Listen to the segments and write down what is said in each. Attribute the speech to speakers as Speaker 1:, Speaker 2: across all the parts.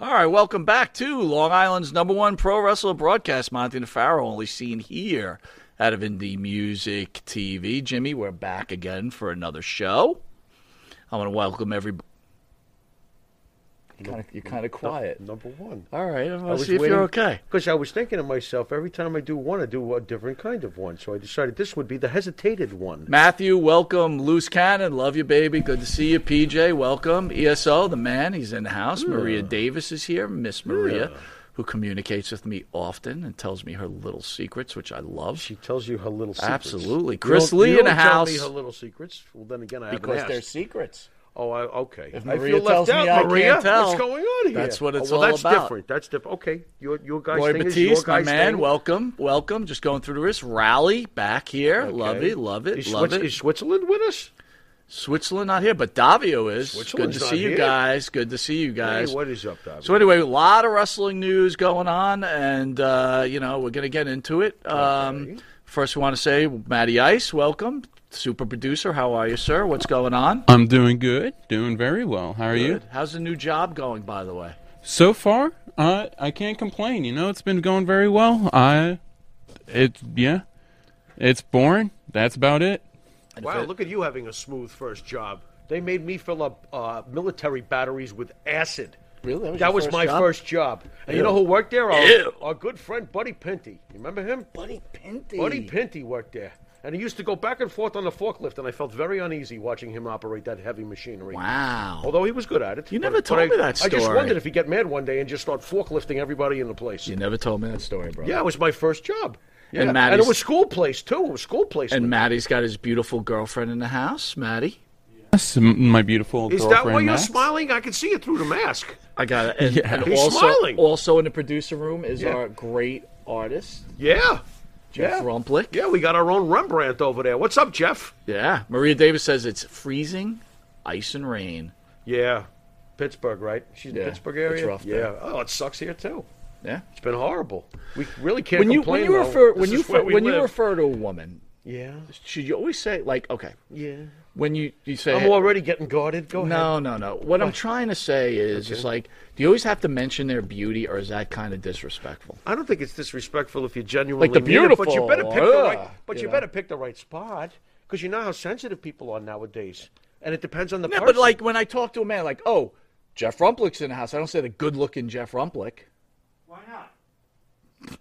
Speaker 1: All right, welcome back to Long Island's number one pro wrestler broadcast, Monty Nefaro, only seen here out of Indie Music TV. Jimmy, we're back again for another show. I want to welcome everybody. You're kind of quiet.
Speaker 2: Number one.
Speaker 1: All right, I
Speaker 2: I
Speaker 1: want to
Speaker 2: was
Speaker 1: see if you're okay.
Speaker 2: Because I was thinking to myself, every time I do one, I do a different kind of one. So I decided this would be the hesitated one.
Speaker 1: Matthew, welcome. Loose Cannon, love you, baby. Good to see you. PJ, welcome. ESO, the man, he's in the house. Maria Davis is here. Miss Maria, who communicates with me often and tells me her little secrets, which I love.
Speaker 2: She tells you her little secrets.
Speaker 1: Absolutely.
Speaker 2: You
Speaker 1: Chris
Speaker 2: don't-
Speaker 1: Lee
Speaker 2: you
Speaker 1: in
Speaker 2: don't
Speaker 1: the
Speaker 2: tell me
Speaker 1: house.
Speaker 2: her little secrets. Well, then again, I
Speaker 1: because
Speaker 2: haven't
Speaker 1: they're
Speaker 2: asked.
Speaker 1: secrets.
Speaker 2: Oh, I, okay.
Speaker 1: If
Speaker 2: I
Speaker 1: Maria
Speaker 2: feel left
Speaker 1: tells me
Speaker 2: out,
Speaker 1: I can't
Speaker 2: Maria.
Speaker 1: tell,
Speaker 2: What's going on here?
Speaker 1: that's what it's
Speaker 2: oh, well,
Speaker 1: all
Speaker 2: that's
Speaker 1: about.
Speaker 2: different. That's different. Okay, your your guys
Speaker 1: Roy
Speaker 2: thing is
Speaker 1: Batiste,
Speaker 2: your
Speaker 1: my
Speaker 2: guys
Speaker 1: man,
Speaker 2: thing.
Speaker 1: welcome, welcome. Just going through the wrist. Rally back here.
Speaker 2: Okay.
Speaker 1: Love it, love it,
Speaker 2: Is
Speaker 1: love
Speaker 2: Swiss-
Speaker 1: it.
Speaker 2: Is Switzerland with us?
Speaker 1: Switzerland not here, but Davio is. Good
Speaker 2: Switzerland's
Speaker 1: to
Speaker 2: not
Speaker 1: see you
Speaker 2: here.
Speaker 1: guys. Good to see you guys.
Speaker 2: Hey, what is up, David?
Speaker 1: So anyway, a lot of wrestling news going on, and uh, you know we're going to get into it. Um, First, we want to say, Matty Ice, welcome, super producer. How are you, sir? What's going on?
Speaker 3: I'm doing good, doing very well. How are you?
Speaker 1: Good. How's the new job going, by the way?
Speaker 3: So far, uh, I can't complain. You know, it's been going very well. I, it, yeah, it's boring. That's about it.
Speaker 2: Wow, look at you having a smooth first job. They made me fill up uh, military batteries with acid.
Speaker 1: Really? That was your first
Speaker 2: my
Speaker 1: job?
Speaker 2: first job. And you know who worked there? Our,
Speaker 1: Ew.
Speaker 2: our good friend Buddy Pinty. You remember him?
Speaker 1: Buddy Pinty.
Speaker 2: Buddy Pinty worked there. And he used to go back and forth on the forklift, and I felt very uneasy watching him operate that heavy machinery.
Speaker 1: Wow.
Speaker 2: Although he was good at it.
Speaker 1: You
Speaker 2: But-
Speaker 1: never
Speaker 2: but
Speaker 1: told
Speaker 2: I-
Speaker 1: me that
Speaker 2: I just
Speaker 1: story.
Speaker 2: wondered if he'd get mad one day and just start forklifting everybody in the place.
Speaker 1: You never told me that story, bro.
Speaker 2: Yeah, it was my first job.
Speaker 1: And
Speaker 2: yeah. and
Speaker 1: Maddie's-
Speaker 2: it was school place, too. It was school place.
Speaker 1: And Maddie's got his beautiful girlfriend in the house. Maddie,
Speaker 3: That's m- my beautiful
Speaker 2: Is
Speaker 3: girlfriend.
Speaker 2: that why you're
Speaker 3: Max.
Speaker 2: smiling? I can see it through the mask.
Speaker 1: I got it. And, and
Speaker 2: He's
Speaker 1: also,
Speaker 2: smiling.
Speaker 1: also in the producer room is
Speaker 2: Yeah.
Speaker 1: our great artist,
Speaker 2: Yeah.
Speaker 1: Jeff
Speaker 2: yeah.
Speaker 1: Rumplick.
Speaker 2: Yeah, we got our own Rembrandt over there. What's up, Jeff?
Speaker 1: Yeah. Maria Davis says it's freezing, ice, and rain.
Speaker 2: Yeah. Pittsburgh, right? She's in
Speaker 1: Yeah,
Speaker 2: the Pittsburgh area.
Speaker 1: it's rough
Speaker 2: yeah.
Speaker 1: there.
Speaker 2: Oh, it sucks here too.
Speaker 1: Yeah.
Speaker 2: It's been horrible. We really can't
Speaker 1: When you when
Speaker 2: complain.
Speaker 1: you
Speaker 2: though.
Speaker 1: refer
Speaker 2: This
Speaker 1: when you
Speaker 2: is where
Speaker 1: fer-
Speaker 2: we
Speaker 1: when you
Speaker 2: live.
Speaker 1: refer to a woman,
Speaker 2: yeah,
Speaker 1: should you always say like, okay,
Speaker 2: yeah.
Speaker 1: when you you say
Speaker 2: I'm already Oh. getting guarded. Go ahead.
Speaker 1: no, no, no. What I'm trying to say is, it's like, do you always have to mention their beauty, or is that kind of disrespectful?
Speaker 2: I don't think it's disrespectful if you genuinely
Speaker 1: Like the
Speaker 2: mean it, but you
Speaker 1: beautiful,
Speaker 2: better pick the right.
Speaker 1: uh,
Speaker 2: But
Speaker 1: you
Speaker 2: you,
Speaker 1: know.
Speaker 2: better pick the right spot because you know how sensitive people are nowadays, and it depends on the
Speaker 1: Yeah,
Speaker 2: person.
Speaker 1: but like when I talk to a man, like, oh, Jeff Rumplick's in the house. I don't say the good-looking Jeff Rumplick.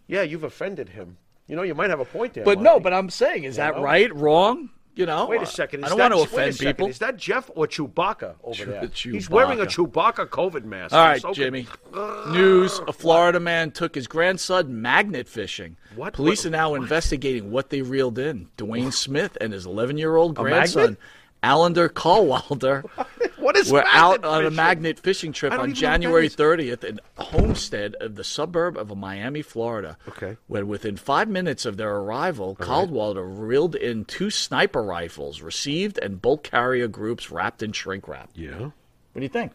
Speaker 2: yeah, you've offended him. You know, you might have a point there.
Speaker 1: But
Speaker 2: Monty.
Speaker 1: no, but I'm saying, is that right? Wrong? You know?
Speaker 2: Wait a second. Is
Speaker 1: I don't
Speaker 2: that,
Speaker 1: want to
Speaker 2: wait a
Speaker 1: offend
Speaker 2: second,
Speaker 1: people.
Speaker 2: Is that Jeff or Chewbacca over
Speaker 1: Chew-
Speaker 2: there? He's
Speaker 1: Chewbacca.
Speaker 2: wearing a Chewbacca COVID mask.
Speaker 1: All right,
Speaker 2: So con-
Speaker 1: Jimmy. News: A Florida man took his grandson magnet fishing.
Speaker 2: What?
Speaker 1: Police
Speaker 2: What-
Speaker 1: are now investigating what they reeled in. Dwayne Smith and his 11-year-old
Speaker 2: magnet?
Speaker 1: grandson, Allender Callwalder,
Speaker 2: What is
Speaker 1: were
Speaker 2: magnet
Speaker 1: out on a
Speaker 2: fishing?
Speaker 1: magnet fishing trip
Speaker 2: I don't
Speaker 1: on
Speaker 2: even know what that
Speaker 1: January
Speaker 2: is.
Speaker 1: 30th in Homestead of the suburb of Miami, Florida.
Speaker 2: Okay.
Speaker 1: When within five minutes of their arrival, Caldwalder reeled in two sniper rifles received and bulk carrier groups wrapped in shrink wrap.
Speaker 2: Yeah.
Speaker 1: What do you think?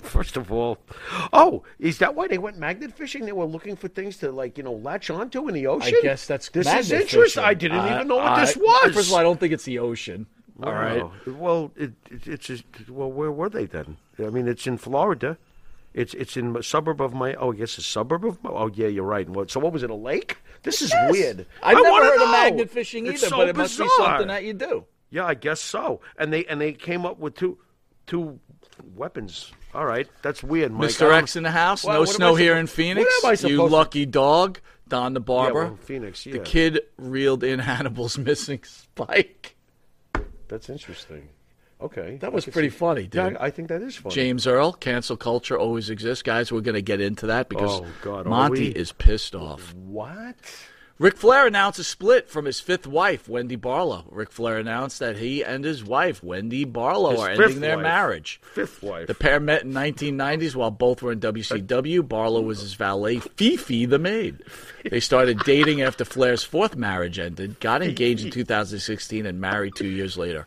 Speaker 2: First of all, oh, is that why they went magnet fishing? They were looking for things to like you know latch onto in the ocean.
Speaker 1: guess that's
Speaker 2: this
Speaker 1: magnet
Speaker 2: is interest.
Speaker 1: fishing.
Speaker 2: I didn't
Speaker 1: I-
Speaker 2: even know what
Speaker 1: I-
Speaker 2: this was.
Speaker 1: First of all, I don't think it's the ocean. All right.
Speaker 2: Well, it, it, it's just, well, where were they then? I mean, it's in Florida. It's it's in a suburb of my. Oh, I guess a suburb of. My, oh, yeah, you're right. What, so what was it? A lake? This is weird.
Speaker 1: I've
Speaker 2: I
Speaker 1: never
Speaker 2: wanna
Speaker 1: heard
Speaker 2: know.
Speaker 1: of magnet fishing either,
Speaker 2: It's so
Speaker 1: but it must be
Speaker 2: bizarre.
Speaker 1: something that you do.
Speaker 2: Yeah, I guess so. And they and they came up with two two weapons. All right, that's weird, Mike.
Speaker 1: Mr.
Speaker 2: I
Speaker 1: X in the house.
Speaker 2: Well,
Speaker 1: no
Speaker 2: what am I
Speaker 1: snow here
Speaker 2: suppo-
Speaker 1: in Phoenix.
Speaker 2: What am I
Speaker 1: you
Speaker 2: supposed to-
Speaker 1: lucky dog. Don the barber.
Speaker 2: well, Phoenix,
Speaker 1: The
Speaker 2: yeah.
Speaker 1: kid reeled in Hannibal's missing spike.
Speaker 2: That's interesting. Okay,
Speaker 1: That was pretty funny, dude.
Speaker 2: Yeah, I, I think that is funny.
Speaker 1: James Earl, cancel culture always exists, guys. We're going to get into that because
Speaker 2: Oh, God, are
Speaker 1: Monty
Speaker 2: we?
Speaker 1: is pissed off.
Speaker 2: What?
Speaker 1: Ric Flair announced a split from his fifth wife, Wendy Barlow. Ric Flair announced that he and his wife, Wendy Barlow,
Speaker 2: His
Speaker 1: are
Speaker 2: fifth
Speaker 1: ending their
Speaker 2: wife.
Speaker 1: marriage.
Speaker 2: Fifth wife.
Speaker 1: The pair met in 1990s while both were in WCW. Barlow was his valet, Fifi the maid. They started dating after Flair's fourth marriage ended, got engaged in 2016, and married two years later.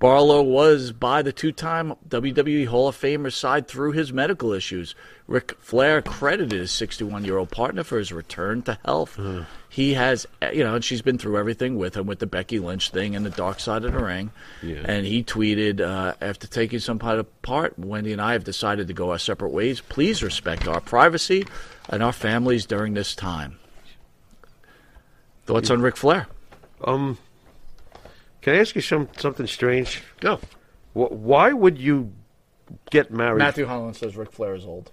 Speaker 1: Barlow was by the two time WWE E Hall of Famer's side through his medical issues. Ric Flair credited his 61 year old partner for his return to health. He has, you know, and she's been through everything with him with the Becky Lynch thing and the dark side of the ring. And he tweeted, uh, after taking some part apart, Wendy and I have decided to go our separate ways. Please respect our privacy and our families during this time. Thoughts on Ric Flair?
Speaker 2: um, can I ask you some something strange?
Speaker 1: Go.
Speaker 2: Wh- Why would you get married?
Speaker 1: Matthew Holland says Ric Flair is old.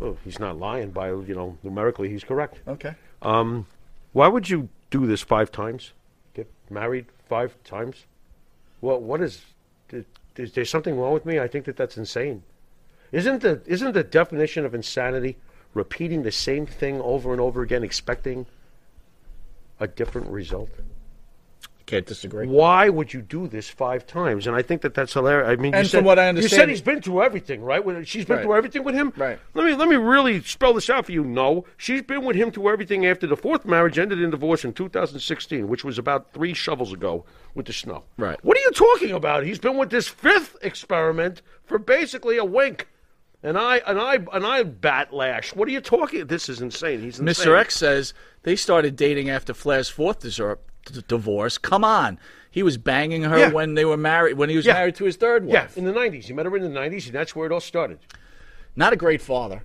Speaker 2: Oh, he's not lying. By you know, numerically, he's correct.
Speaker 1: Okay.
Speaker 2: Um, why would you do this five times? Get married five times? Well, what is? th- Is there something wrong with me? I think that that's insane. Isn't the isn't the definition of insanity repeating the same thing over and over again, expecting a different result?
Speaker 1: Can't disagree.
Speaker 2: Why would you do this five times? And I think that that's hilarious. I mean, you
Speaker 1: And
Speaker 2: said,
Speaker 1: from what I
Speaker 2: you said
Speaker 1: understand-
Speaker 2: he's been through everything, right? When- She's been
Speaker 1: Right.
Speaker 2: through everything with him,
Speaker 1: Right.
Speaker 2: Let me let me really spell this out for you. No, she's been with him through everything after the fourth marriage ended in divorce in 2016, which was about three shovels ago with the snow.
Speaker 1: Right.
Speaker 2: What are you talking about? He's been with this fifth experiment for basically a wink. And I and I and I bat lash. What are you talking? This is insane. He's insane.
Speaker 1: Mr. X says they started dating after Flair's fourth disor- d- divorce. Come on, he was banging her
Speaker 2: Yeah.
Speaker 1: when they were married. When he was
Speaker 2: Yeah.
Speaker 1: married to his third
Speaker 2: Yeah,
Speaker 1: wife.
Speaker 2: in the 90s. He met her in the 90s, and that's where it all started.
Speaker 1: Not a great father.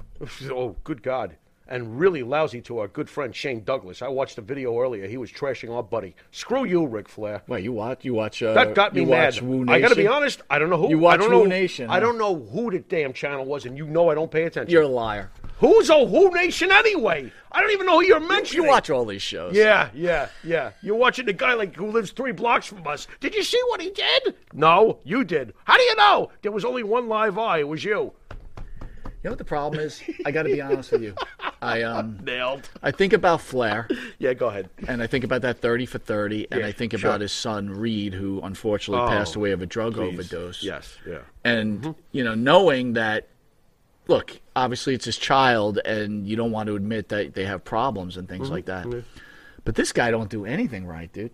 Speaker 2: Oh, good God. And really lousy to our good friend Shane Douglas. I watched the video earlier. He was trashing our buddy. Screw you, Ric Flair.
Speaker 1: Wait, you watch? You watch? Uh,
Speaker 2: That got me
Speaker 1: you
Speaker 2: mad.
Speaker 1: watch Wu
Speaker 2: I got to be
Speaker 1: Nation?
Speaker 2: honest. I don't know who.
Speaker 1: You watch
Speaker 2: I don't know,
Speaker 1: Wu Nation,
Speaker 2: I
Speaker 1: huh?
Speaker 2: don't know who the damn channel was, and you know I don't pay attention.
Speaker 1: You're a liar.
Speaker 2: Who's a Who Nation anyway? I don't even know who you're
Speaker 1: You
Speaker 2: mentioning.
Speaker 1: watch all these shows.
Speaker 2: Yeah, yeah, yeah. You're watching the guy like who lives three blocks from us. Did you see what he did? No, you did. How do you know? There was only one live eye. It was you.
Speaker 1: You know what the problem is? I got to be honest with you. I um,
Speaker 2: Nailed.
Speaker 1: I think about Flair,
Speaker 2: Yeah, go ahead.
Speaker 1: and I think about that thirty for thirty, and
Speaker 2: Yeah,
Speaker 1: I think
Speaker 2: sure.
Speaker 1: about his son Reed, who unfortunately
Speaker 2: Oh,
Speaker 1: passed away of a drug overdose.
Speaker 2: Mm-hmm. Yes, yeah.
Speaker 1: and you know knowing that look, obviously it's his child, and you don't want to admit that they have problems and
Speaker 2: Mm-hmm.
Speaker 1: things like that. But this guy don't do anything right, dude.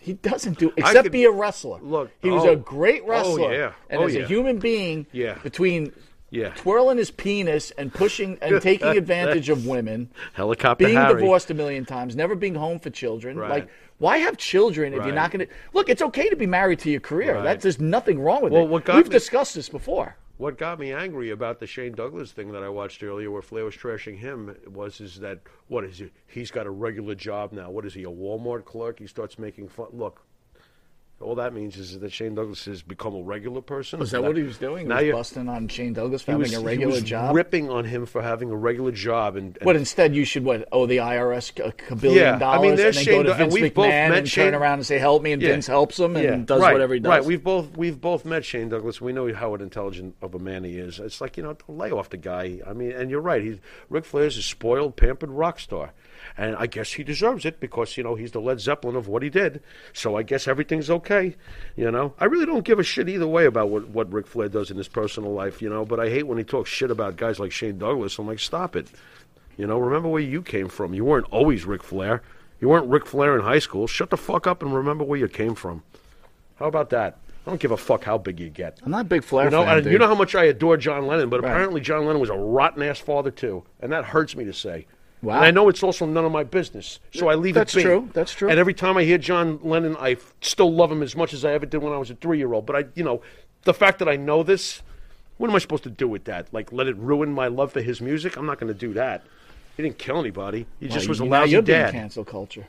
Speaker 1: He doesn't do except
Speaker 2: could-
Speaker 1: be a wrestler.
Speaker 2: look,
Speaker 1: he was
Speaker 2: oh,
Speaker 1: a great
Speaker 2: oh,
Speaker 1: wrestler,
Speaker 2: yeah,
Speaker 1: and
Speaker 2: oh,
Speaker 1: as
Speaker 2: yeah.
Speaker 1: a human being,
Speaker 2: Yeah.
Speaker 1: between
Speaker 2: Yeah.
Speaker 1: twirling his penis and pushing and taking advantage of women,
Speaker 2: Helicopter
Speaker 1: being
Speaker 2: Harry.
Speaker 1: divorced a million times, never being home for children.
Speaker 2: Right.
Speaker 1: Like, why have children if
Speaker 2: Right.
Speaker 1: you're not going to look? It's okay to be married to your career.
Speaker 2: Right.
Speaker 1: That there's nothing wrong with
Speaker 2: Well,
Speaker 1: it.
Speaker 2: what got
Speaker 1: We've
Speaker 2: me-
Speaker 1: discussed this before.
Speaker 2: What got me angry about the Shane Douglas thing that I watched earlier, where Flair was trashing him, was is that what is it? He's got a regular job now. What is he? A Walmart clerk? He starts making fun. Look, all that means is that Shane Douglas has become a regular person.
Speaker 1: Was that what he was doing? He
Speaker 2: Now
Speaker 1: was
Speaker 2: you-
Speaker 1: busting on Shane Douglas for
Speaker 2: He
Speaker 1: having
Speaker 2: was,
Speaker 1: a
Speaker 2: he
Speaker 1: regular
Speaker 2: was
Speaker 1: job.
Speaker 2: ripping on him for having a regular job, and, and
Speaker 1: But instead, you should what owe the IRS a a billion
Speaker 2: Yeah, I mean,
Speaker 1: dollars
Speaker 2: there's
Speaker 1: and then
Speaker 2: Shane
Speaker 1: go to
Speaker 2: Doug- and
Speaker 1: Vince
Speaker 2: we've both
Speaker 1: McMahon
Speaker 2: met
Speaker 1: and
Speaker 2: Shane-
Speaker 1: turn around and say, "Help me," and
Speaker 2: Yeah.
Speaker 1: Vince helps him and
Speaker 2: Yeah,
Speaker 1: does
Speaker 2: right,
Speaker 1: whatever he does.
Speaker 2: Right. We've both we've both met Shane Douglas. We know how intelligent of a man he is. It's like you know, don't lay off the guy. I mean, and you're right. He's Ric Flair's a spoiled, pampered rock star, and I guess he deserves it because you know he's the Led Zeppelin of what he did. So I guess everything's okay. You know, I really don't give a shit either way about what what Ric Flair does in his personal life. You know, but I hate when he talks shit about guys like Shane Douglas. I'm like, stop it. You know, remember where you came from. You weren't always Ric Flair. You weren't Ric Flair in high school. Shut the fuck up and remember where you came from. How about that? I don't give a fuck how big you get.
Speaker 1: I'm not a big Flair
Speaker 2: You know,
Speaker 1: fan.
Speaker 2: and
Speaker 1: dude.
Speaker 2: you know how much I adore John Lennon, but
Speaker 1: Right.
Speaker 2: apparently John Lennon was a rotten ass father too, and that hurts me to say.
Speaker 1: Wow.
Speaker 2: And I know it's also none of my business, so I leave
Speaker 1: That's
Speaker 2: it. be.
Speaker 1: true. That's true.
Speaker 2: And every time I hear John Lennon, I f- still love him as much as I ever did when I was a three-year-old. But I, you know, the fact that I know this, what am I supposed to do with that? Like, let it ruin my love for his music? I'm not going to do that. He didn't kill anybody. He just
Speaker 1: Well,
Speaker 2: was a
Speaker 1: you- now
Speaker 2: lousy
Speaker 1: you're being
Speaker 2: dad.
Speaker 1: cancel culture.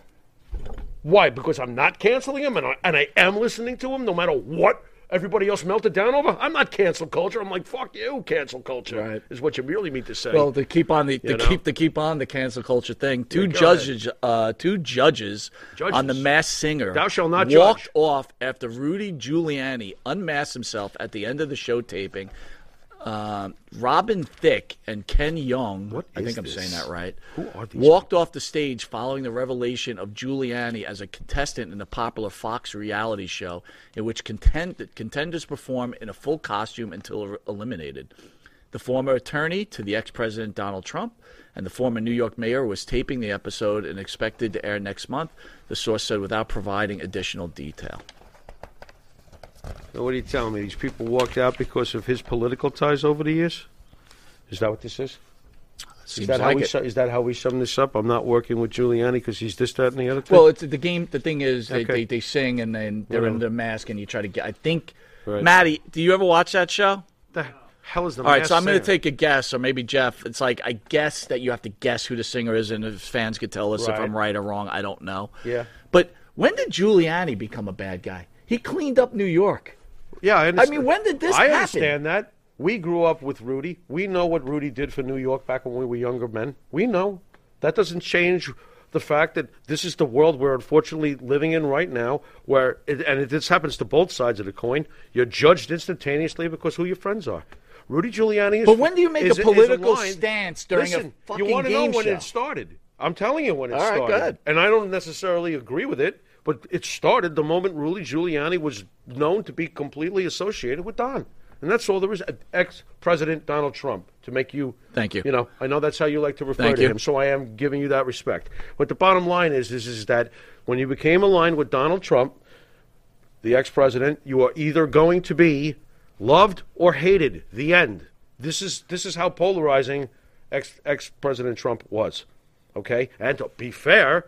Speaker 2: Why? Because I'm not canceling him, and I, and I am listening to him, no matter what everybody else melted down over. I'm not cancel culture. I'm like fuck you, cancel culture
Speaker 1: Right.
Speaker 2: is what you really mean to say.
Speaker 1: Well, to keep on the, to
Speaker 2: know?
Speaker 1: keep to keep on the cancel culture thing, two
Speaker 2: go
Speaker 1: judges, uh, two judges,
Speaker 2: Judges.
Speaker 1: on the Mass Singer,
Speaker 2: Thou shall not
Speaker 1: walked
Speaker 2: judge.
Speaker 1: off after Rudy Giuliani unmasked himself at the end of the show taping. Um, Robin Thicke and Ken Young,
Speaker 2: What
Speaker 1: I
Speaker 2: is
Speaker 1: think I'm
Speaker 2: this?
Speaker 1: saying that right,
Speaker 2: Who are these
Speaker 1: walked off the stage following the revelation of Giuliani as a contestant in the popular Fox reality show, in which contend- contenders perform in a full costume until er- eliminated. The former attorney to the ex president Donald Trump and the former New York mayor was taping the episode and expected to air next month, the source said without providing additional detail.
Speaker 2: So what are you telling me? These people walked out because of his political ties over the years. Is that what this is?
Speaker 1: Seems
Speaker 2: is that how
Speaker 1: like
Speaker 2: we
Speaker 1: it.
Speaker 2: su- is that how we sum this up? I'm not working with Giuliani because he's this, that, and the other thing.
Speaker 1: Well, it's the game. The thing is, they,
Speaker 2: Okay.
Speaker 1: they, they sing and then they're in
Speaker 2: Whatever.
Speaker 1: the mask, and you try to get. I think,
Speaker 2: Right.
Speaker 1: Maddie, do you ever watch that show?
Speaker 2: the hell is the?
Speaker 1: All right, so I'm going to take a guess, or maybe Jeff. It's like I guess that you have to guess who the singer is, and if fans could tell us if
Speaker 2: Right.
Speaker 1: I'm right or wrong, I don't know.
Speaker 2: Yeah.
Speaker 1: But when did Giuliani become a bad guy? He cleaned up New York.
Speaker 2: Yeah, I understand.
Speaker 1: mean, when did this
Speaker 2: I
Speaker 1: happen?
Speaker 2: understand that. We grew up with Rudy. We know what Rudy did for New York back when we were younger men. We know. That doesn't change the fact that this is the world we're unfortunately living in right now, where, it, and it, this happens to both sides of the coin, you're judged instantaneously because who your friends are. Rudy Giuliani is.
Speaker 1: But when do you make a
Speaker 2: is- is
Speaker 1: political
Speaker 2: line-
Speaker 1: stance during a
Speaker 2: Listen,
Speaker 1: fucking
Speaker 2: You wanna
Speaker 1: game
Speaker 2: know when
Speaker 1: show?
Speaker 2: it started. I'm telling you when it
Speaker 1: All right,
Speaker 2: started.
Speaker 1: go ahead.
Speaker 2: And I don't necessarily agree with it, but it started the moment Rudy Giuliani was known to be completely associated with Don. And that's all there is. Ex President Donald Trump, to make you.
Speaker 1: Thank you.
Speaker 2: You know, I know that's how you like to refer
Speaker 1: Thank
Speaker 2: to
Speaker 1: you.
Speaker 2: him, so I am giving you that respect. But the bottom line is, is, is that when you became aligned with Donald Trump, the ex president, you are either going to be loved or hated. The end. This is this is how polarizing ex ex President Trump was. Okay? And to be fair,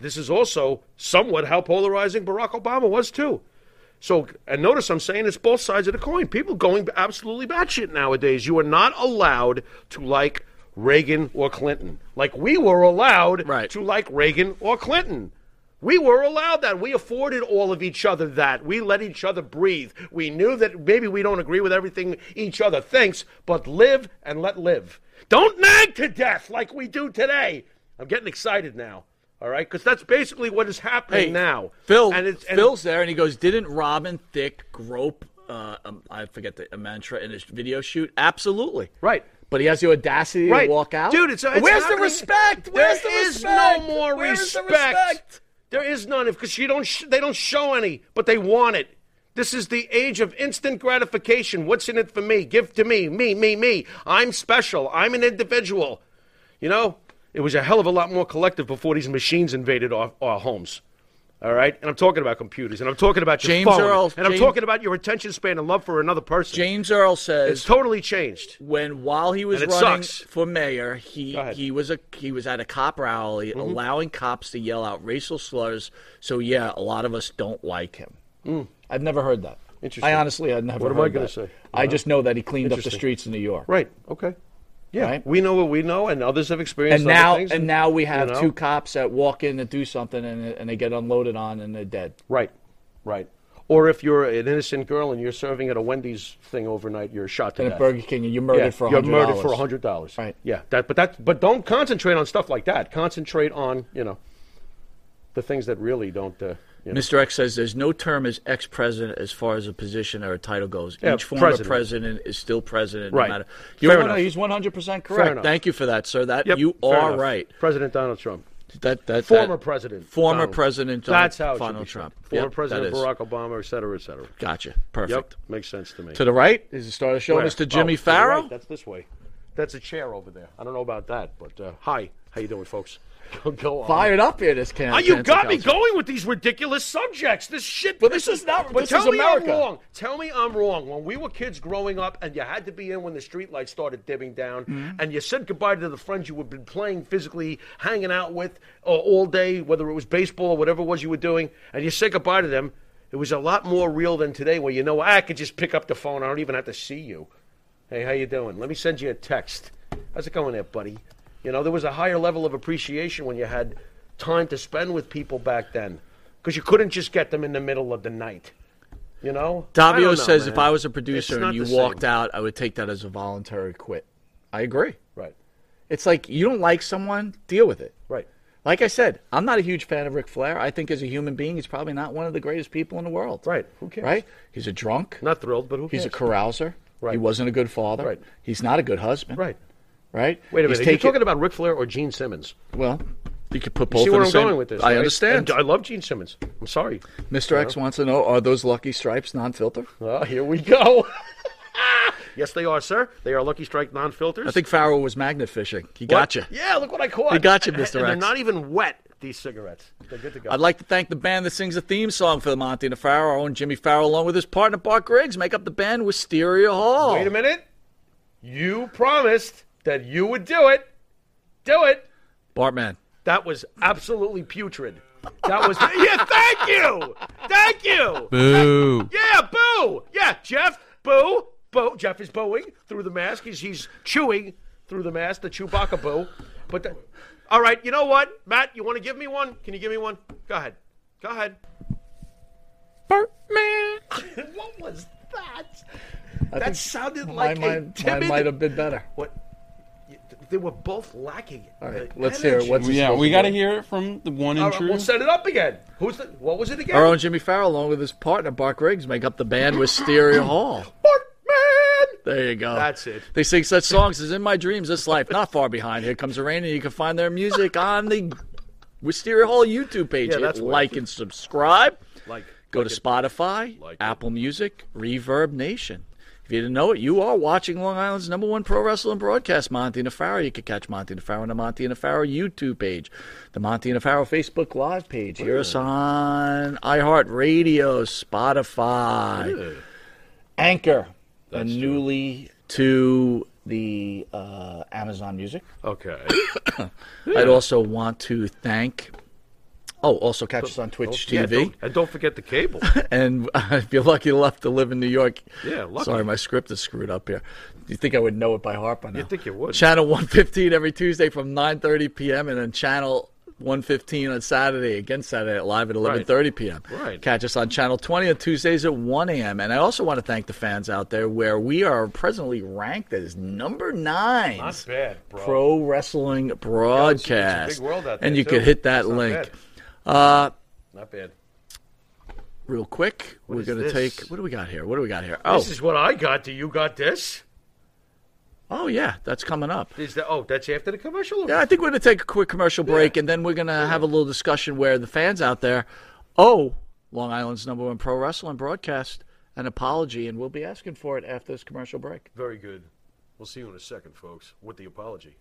Speaker 2: this is also somewhat how polarizing Barack Obama was too. So and notice I'm saying it's both sides of the coin. People going absolutely batshit nowadays. You are not allowed to like Reagan or Clinton. Like we were allowed
Speaker 1: Right.
Speaker 2: to like Reagan or Clinton. We were allowed that. We afforded all of each other that. We let each other breathe. We knew that maybe we don't agree with everything each other thinks, but live and let live. Don't nag to death like we do today. I'm getting excited now. All right, because that's basically what is happening now.
Speaker 1: Phil,
Speaker 2: and it's, and
Speaker 1: Phil's there, and he goes, "Didn't Robin Thicke grope? Uh, um, I forget the mantra in his video shoot. Absolutely,
Speaker 2: Right.
Speaker 1: But he has the audacity
Speaker 2: right,
Speaker 1: to walk out,
Speaker 2: dude. It's, it's
Speaker 1: where's
Speaker 2: happening.
Speaker 1: the respect? Where's
Speaker 2: There
Speaker 1: the
Speaker 2: is
Speaker 1: respect?
Speaker 2: no more
Speaker 1: Where's the
Speaker 2: respect.
Speaker 1: respect?
Speaker 2: There is none because you don't. Sh- they don't show any, but they want it. This is the age of instant gratification. What's in it for me? Give to me, me, me, me. I'm special. I'm an individual. You know, it was a hell of a lot more collective before these machines invaded our, our homes. All right, and I'm talking about computers, and I'm talking about your
Speaker 1: James
Speaker 2: phone,
Speaker 1: Earl-
Speaker 2: and I'm
Speaker 1: James-
Speaker 2: talking about your attention span and love for another person.
Speaker 1: James Earl
Speaker 2: it's
Speaker 1: says
Speaker 2: totally changed.
Speaker 1: when while he was
Speaker 2: And it
Speaker 1: running
Speaker 2: sucks.
Speaker 1: for mayor, he
Speaker 2: ahead. Mm-hmm.
Speaker 1: he was a he was at a cop rally allowing cops to yell out racial slurs. So yeah, a lot of us don't like him. I've never heard that.
Speaker 2: Mm. Interesting.
Speaker 1: I honestly, I'd never.
Speaker 2: What am
Speaker 1: heard
Speaker 2: I gonna
Speaker 1: that.
Speaker 2: say?
Speaker 1: I just know that he cleaned up the
Speaker 2: Interesting.
Speaker 1: streets in New York.
Speaker 2: Right. Okay. Yeah,
Speaker 1: Right.
Speaker 2: we know what we know, and others have experienced.
Speaker 1: And
Speaker 2: other
Speaker 1: now,
Speaker 2: things,
Speaker 1: and now we have
Speaker 2: you know.
Speaker 1: two cops that walk in and do something, and, and they get unloaded on, and they're dead.
Speaker 2: Right, right. Or if you're an innocent girl and you're serving at a Wendy's thing overnight, you're shot to
Speaker 1: And
Speaker 2: death.
Speaker 1: at Burger King, and you're
Speaker 2: yeah,
Speaker 1: murdered for
Speaker 2: you're
Speaker 1: $100.
Speaker 2: murdered for hundred dollars.
Speaker 1: Right.
Speaker 2: Yeah. That. But that. But don't concentrate on stuff like that. Concentrate on you know the things that really don't. Uh, you know.
Speaker 1: Mr. X says there's no term as ex president as far as a position or a title goes.
Speaker 2: Yeah,
Speaker 1: Each former
Speaker 2: president.
Speaker 1: president. is still president.
Speaker 2: Right.
Speaker 1: No matter.
Speaker 2: Fair
Speaker 1: You're one-
Speaker 2: enough.
Speaker 1: He's 100%
Speaker 2: Fair
Speaker 1: correct.
Speaker 2: enough.
Speaker 1: Thank you for that, sir. That
Speaker 2: Yep,
Speaker 1: You
Speaker 2: fair
Speaker 1: are
Speaker 2: enough.
Speaker 1: right.
Speaker 2: President Donald Trump.
Speaker 1: That, that,
Speaker 2: Former
Speaker 1: that-
Speaker 2: president.
Speaker 1: Former
Speaker 2: Donald-
Speaker 1: president Donald,
Speaker 2: That's how it should
Speaker 1: Donald
Speaker 2: be said.
Speaker 1: Trump.
Speaker 2: Former
Speaker 1: Yep, that
Speaker 2: President
Speaker 1: is.
Speaker 2: Barack Obama, et cetera, et cetera.
Speaker 1: Gotcha.
Speaker 2: Yep.
Speaker 1: Perfect.
Speaker 2: Makes sense to me.
Speaker 1: To the right is the start of the show,
Speaker 2: Where?
Speaker 1: Mr.
Speaker 2: Oh,
Speaker 1: Jimmy
Speaker 2: to the right.
Speaker 1: Farrow.
Speaker 2: That's this way. That's a chair over there. I don't know about that, but uh, hi, how you doing, folks? Go, go on.
Speaker 1: Fired up here, this can.
Speaker 2: Oh, you
Speaker 1: cancer
Speaker 2: got me
Speaker 1: council.
Speaker 2: going with these ridiculous subjects. This shit.
Speaker 1: But this is not-
Speaker 2: But
Speaker 1: this
Speaker 2: tell
Speaker 1: is
Speaker 2: me
Speaker 1: America.
Speaker 2: I'm wrong. Tell me I'm wrong. When we were kids growing up, and you had to be in when the streetlights started dimming down, and you said goodbye to the friends you had been playing physically, hanging out with uh, all day, whether it was baseball or whatever it was you were doing, and you said goodbye to them. It was a lot more real than today, where you know "Ah, I could just pick up the phone. I don't even have to see you. Hey, how you doing? Let me send you a text. How's it going there, buddy? You know, there was a higher level of appreciation when you had time to spend with people back then because you couldn't just get them in the middle of the night. You know? I
Speaker 1: Davio
Speaker 2: don't know,
Speaker 1: says
Speaker 2: man.
Speaker 1: if I was a
Speaker 2: It's
Speaker 1: producer
Speaker 2: not
Speaker 1: and you
Speaker 2: the
Speaker 1: walked
Speaker 2: same.
Speaker 1: out, I would take that as a voluntary quit. I agree.
Speaker 2: Right,
Speaker 1: It's like you don't like someone, deal with it.
Speaker 2: right.
Speaker 1: Like I said, I'm not a huge fan of Ric Flair. I think as a human being, he's probably not one of the greatest people in the world.
Speaker 2: Right. Who cares?
Speaker 1: Right? He's a drunk.
Speaker 2: Not thrilled, but who
Speaker 1: He's a
Speaker 2: cares?
Speaker 1: carouser.
Speaker 2: Right.
Speaker 1: He wasn't a good father.
Speaker 2: Right.
Speaker 1: He's not a good husband.
Speaker 2: Right.
Speaker 1: Right?
Speaker 2: Wait a
Speaker 1: He's
Speaker 2: minute. Are you
Speaker 1: taken-
Speaker 2: talking about Ric Flair or Gene Simmons?
Speaker 1: Well, you could put both
Speaker 2: See
Speaker 1: in
Speaker 2: where
Speaker 1: the
Speaker 2: I'm
Speaker 1: same-
Speaker 2: going with this?
Speaker 1: I
Speaker 2: right?
Speaker 1: understand.
Speaker 2: And uh, I love Gene Simmons. I'm sorry.
Speaker 1: Mr. X wants to know are those lucky stripes non filter?
Speaker 2: Well, Ah, here we go. yes, they are, sir. They are Lucky Strike non-filters.
Speaker 1: I think Farrell was magnet fishing. He
Speaker 2: What?
Speaker 1: got you.
Speaker 2: Yeah, look what I caught.
Speaker 1: He got you,
Speaker 2: And-
Speaker 1: Mr.
Speaker 2: And they're
Speaker 1: X.
Speaker 2: not even wet. These cigarettes. They're good to go.
Speaker 1: I'd like to thank the band that sings the theme song for the Monty and the Farrell, our own Jimmy Farrell, along with his partner Bart Griggs, make up the band Wisteria Hall.
Speaker 2: Wait a minute. You promised that you would do it. Do it.
Speaker 1: Bartman.
Speaker 2: That was absolutely putrid. That was yeah. Thank you. Thank you.
Speaker 3: Boo.
Speaker 2: Yeah. Boo. Yeah. Jeff. Boo. Boo. Jeff is booing through the mask. He's he's chewing through the mask. The Chewbacca boo. But the, all right. You know what, Matt? You want to give me one? Can you give me one? Go ahead. Go ahead.
Speaker 3: Bartman.
Speaker 2: What was that? That sounded
Speaker 1: Mine,
Speaker 2: like a
Speaker 1: mine, mine
Speaker 2: timid.
Speaker 1: might have been better.
Speaker 2: What? y- They were both lacking. All
Speaker 1: right, let's hear it. What's it
Speaker 3: Yeah, we got to hear it from the one
Speaker 2: All right,
Speaker 3: and true.
Speaker 2: we'll set it up again. Who's the? What was it again?
Speaker 1: Our own Jimmy Farrell, along with his partner Bart Griggs, make up the band Wisteria Hall.
Speaker 2: Bartman.
Speaker 1: There you go.
Speaker 2: That's it.
Speaker 1: They sing such songs as "In My Dreams," "This Life," "Not Far Behind," "Here Comes the Rain," and you can find their music on the Wisteria Hall YouTube page.
Speaker 2: Yeah,
Speaker 1: Hit
Speaker 2: that's weird.
Speaker 1: like and subscribe.
Speaker 2: Like,
Speaker 1: Go to Spotify, Apple Music, Reverb Nation. If you didn't know it, you are watching Long Island's number one pro wrestling broadcast, Monty Nefaro. You can catch Monty Nefaro on the Monty Nefaro YouTube page, the Monty Nefaro Facebook Live page. Hear us on iHeartRadio, Spotify, Anchor, and newly to the uh, Amazon Music.
Speaker 2: Okay.
Speaker 1: I'd also want to thank. Oh, also catch us on Twitch
Speaker 2: Yeah,
Speaker 1: TV.
Speaker 2: don't- and don't forget the cable.
Speaker 1: And if you're lucky enough to live in New York,
Speaker 2: Yeah, lucky.
Speaker 1: Sorry, my script is screwed up here. You think I would know it by heart by now? You
Speaker 2: think you would.
Speaker 1: Channel 115 every Tuesday from 9:30 p.m. and then channel 115 on Saturday again Saturday live at 11:30 p.m.
Speaker 2: Right.
Speaker 1: Catch us on channel 20 on Tuesdays at 1 a.m. And I also want to thank the fans out there where we are presently ranked as number nine.
Speaker 2: Not bad, bro.
Speaker 1: Pro wrestling broadcast.
Speaker 2: world out
Speaker 1: and
Speaker 2: there,
Speaker 1: you
Speaker 2: too.
Speaker 1: could hit that
Speaker 2: It's not
Speaker 1: link. Uh,
Speaker 2: bad. Not bad.
Speaker 1: real quick. We're
Speaker 2: is
Speaker 1: going to
Speaker 2: this?
Speaker 1: take. What do we got here? What do we got here? Oh,
Speaker 2: This is what I got. Do you got this?
Speaker 1: oh yeah, that's coming up.
Speaker 2: Is that? Oh, that's after the commercial.
Speaker 1: Yeah, I think we're going to take a quick commercial break, and then we're going to have a little discussion where the fans out there, oh, Long Island's number one pro wrestling broadcast, an apology, and we'll be asking for it after this commercial break.
Speaker 2: Very good. We'll see you in a second, folks, with the apology.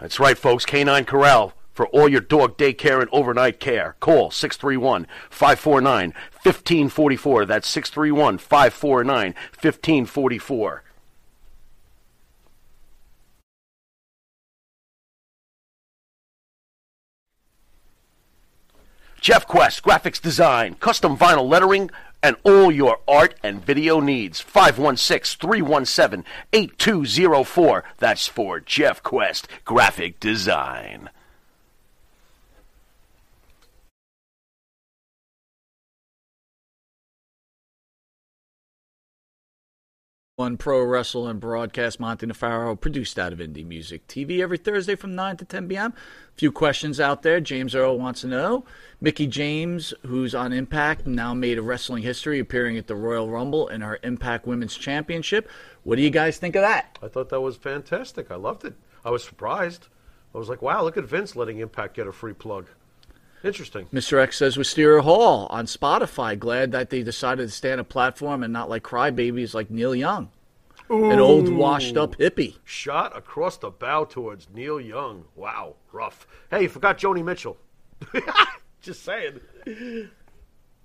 Speaker 2: That's right, folks. Canine Corral for all your dog daycare and overnight care. Call 631 549 1544. That's 631 549 1544. Jeff Quest, graphics design, custom vinyl lettering, and all your art and video needs. 516 317 8204. That's for Jeff Quest, graphic design.
Speaker 1: One pro wrestling broadcast, Monty Nefaro, produced out of Indie Music TV every Thursday from 9 to 10 p.m. A few questions out there. James Earl wants to know. Mickey James, who's on Impact, now made a wrestling history appearing at the Royal Rumble in her Impact Women's Championship. What do you guys think of that?
Speaker 2: I thought that was fantastic. I loved it. I was surprised. I was like, wow, look at Vince letting Impact get a free plug. Interesting.
Speaker 1: Mr. X says Wisteria Hall on Spotify. Glad that they decided to stay on a platform and not like crybabies like Neil Young, an old washed up hippie.
Speaker 2: Shot across the bow towards Neil Young. Wow, rough. Hey, you forgot Joni Mitchell. Just saying.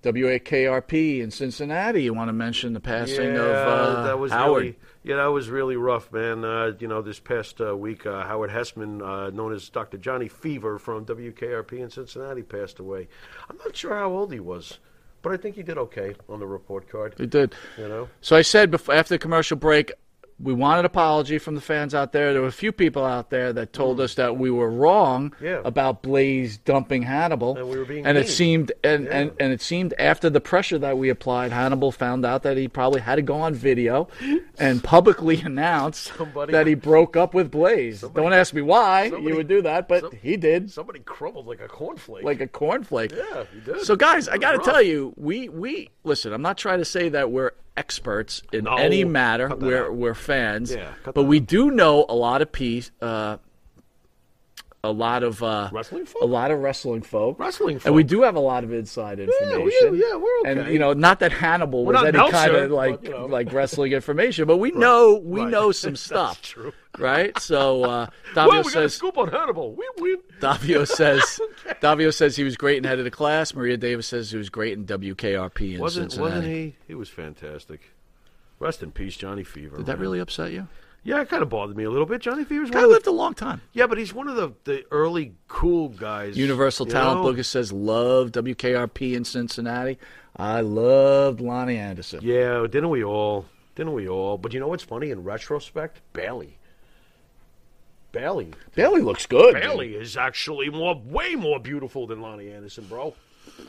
Speaker 1: WAKRP in Cincinnati. You want to mention the passing of uh,
Speaker 2: that was
Speaker 1: Howard?
Speaker 2: really yeah, that was really rough, man. Uh, you know, this past uh, week, uh, Howard Hessman, uh, known as Dr. Johnny Fever from WKRP in Cincinnati, passed away. I'm not sure how old he was, but I think he did okay on the report card.
Speaker 1: It did.
Speaker 2: You know,
Speaker 1: So I said before, after the commercial break, we wanted apology from the fans out there. There were a few people out there that told us that we were wrong
Speaker 2: Hmm. Yeah.
Speaker 1: about Blaze dumping Hannibal,
Speaker 2: And we were being
Speaker 1: and it
Speaker 2: mean.
Speaker 1: seemed and,
Speaker 2: Yeah.
Speaker 1: and and it seemed after the pressure that we applied, Hannibal found out that he probably had to go on video and publicly announce
Speaker 2: Somebody-
Speaker 1: that he broke up with Blaze. Don't ask me why
Speaker 2: somebody-
Speaker 1: you would do that, but
Speaker 2: some-
Speaker 1: he did
Speaker 2: somebody crumbled like a cornflake.
Speaker 1: like a cornflake.
Speaker 2: Yeah, you did.
Speaker 1: So, guys, I
Speaker 2: It was
Speaker 1: got to
Speaker 2: rough.
Speaker 1: tell you, we we listen. I'm not trying to say that we're experts in
Speaker 2: No,
Speaker 1: any matter.
Speaker 2: cut that
Speaker 1: We're
Speaker 2: out.
Speaker 1: we're fans,
Speaker 2: Yeah, cut
Speaker 1: but
Speaker 2: that
Speaker 1: we do know a lot of piece, uh, a lot of uh,
Speaker 2: Wrestling folk?
Speaker 1: a lot of wrestling folk,
Speaker 2: Wrestling
Speaker 1: and we
Speaker 2: folk.
Speaker 1: do have a lot of inside
Speaker 2: we-
Speaker 1: information.
Speaker 2: yeah, we're
Speaker 1: And
Speaker 2: okay.
Speaker 1: you know, not that Hannibal was
Speaker 2: not
Speaker 1: any
Speaker 2: Meltzer,
Speaker 1: kind of
Speaker 2: but,
Speaker 1: like
Speaker 2: you know.
Speaker 1: like wrestling information, but we know we
Speaker 2: right.
Speaker 1: know some
Speaker 2: That's
Speaker 1: stuff,
Speaker 2: true.
Speaker 1: right? So, uh, Davio
Speaker 2: Well, we got a
Speaker 1: says.
Speaker 2: scoop on Hannibal. We win.
Speaker 1: Davio says Davio says he was great in head of the class. Maria Davis says he was great in WKRP in
Speaker 2: Wasn't
Speaker 1: Cincinnati.
Speaker 2: wasn't he? He was fantastic. Rest in peace, Johnny Fever.
Speaker 1: Did that
Speaker 2: man.
Speaker 1: really upset you?
Speaker 2: Yeah, it kind of bothered me a little bit. Johnny Fever's one
Speaker 1: Guy
Speaker 2: of the-
Speaker 1: lived a long time.
Speaker 2: Yeah, but he's one of the, the early cool guys.
Speaker 1: Universal
Speaker 2: you
Speaker 1: Talent
Speaker 2: know?
Speaker 1: Lucas says love WKRP in Cincinnati. I loved Lonnie Anderson.
Speaker 2: Yeah, didn't we all? Didn't we all? But you know what's funny? In retrospect, Bailey. Bailey.
Speaker 1: Bailey looks good.
Speaker 2: Bailey is actually more, way more beautiful than Lonnie Anderson, bro.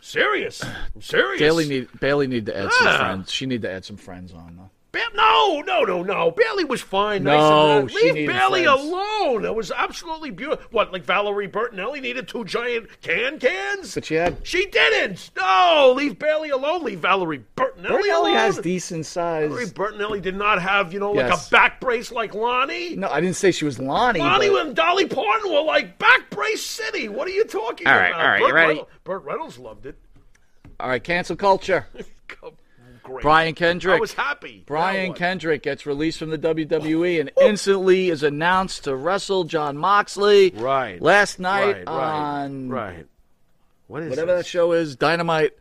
Speaker 2: Serious. I'm serious.
Speaker 1: Bailey need Bailey need to add some
Speaker 2: Ah.
Speaker 1: friends. She need to add some friends on though.
Speaker 2: Ba- no, no, no, no. Bailey was fine. nice
Speaker 1: No,
Speaker 2: and that.
Speaker 1: she
Speaker 2: leave
Speaker 1: needed
Speaker 2: Bailey
Speaker 1: friends.
Speaker 2: alone. It was absolutely beautiful. What, like Valerie Bertinelli needed two giant can cans?
Speaker 1: But she had
Speaker 2: She didn't. No, leave Bailey alone. Leave Valerie Bertinelli
Speaker 1: Bailey
Speaker 2: alone.
Speaker 1: has decent
Speaker 2: Valerie
Speaker 1: size.
Speaker 2: Bertinelli did not have, you know, like
Speaker 1: Yes.
Speaker 2: a back brace like Lonnie.
Speaker 1: No, I didn't say she was Lonnie.
Speaker 2: Lonnie
Speaker 1: but-
Speaker 2: and Dolly Parton were like back brace city. What are you talking
Speaker 1: All right,
Speaker 2: about?
Speaker 1: all right,
Speaker 2: Burt
Speaker 1: you ready?
Speaker 2: Reynolds, Burt Reynolds loved it.
Speaker 1: All right, cancel culture.
Speaker 2: Great.
Speaker 1: Brian Kendrick.
Speaker 2: I was happy.
Speaker 1: Brian
Speaker 2: Kendrick.
Speaker 1: Kendrick gets released from the WWE and instantly is announced to wrestle John Moxley.
Speaker 2: Right.
Speaker 1: Last night
Speaker 2: right,
Speaker 1: on
Speaker 2: right, right. What is
Speaker 1: whatever that
Speaker 2: this?
Speaker 1: show is, Dynamite.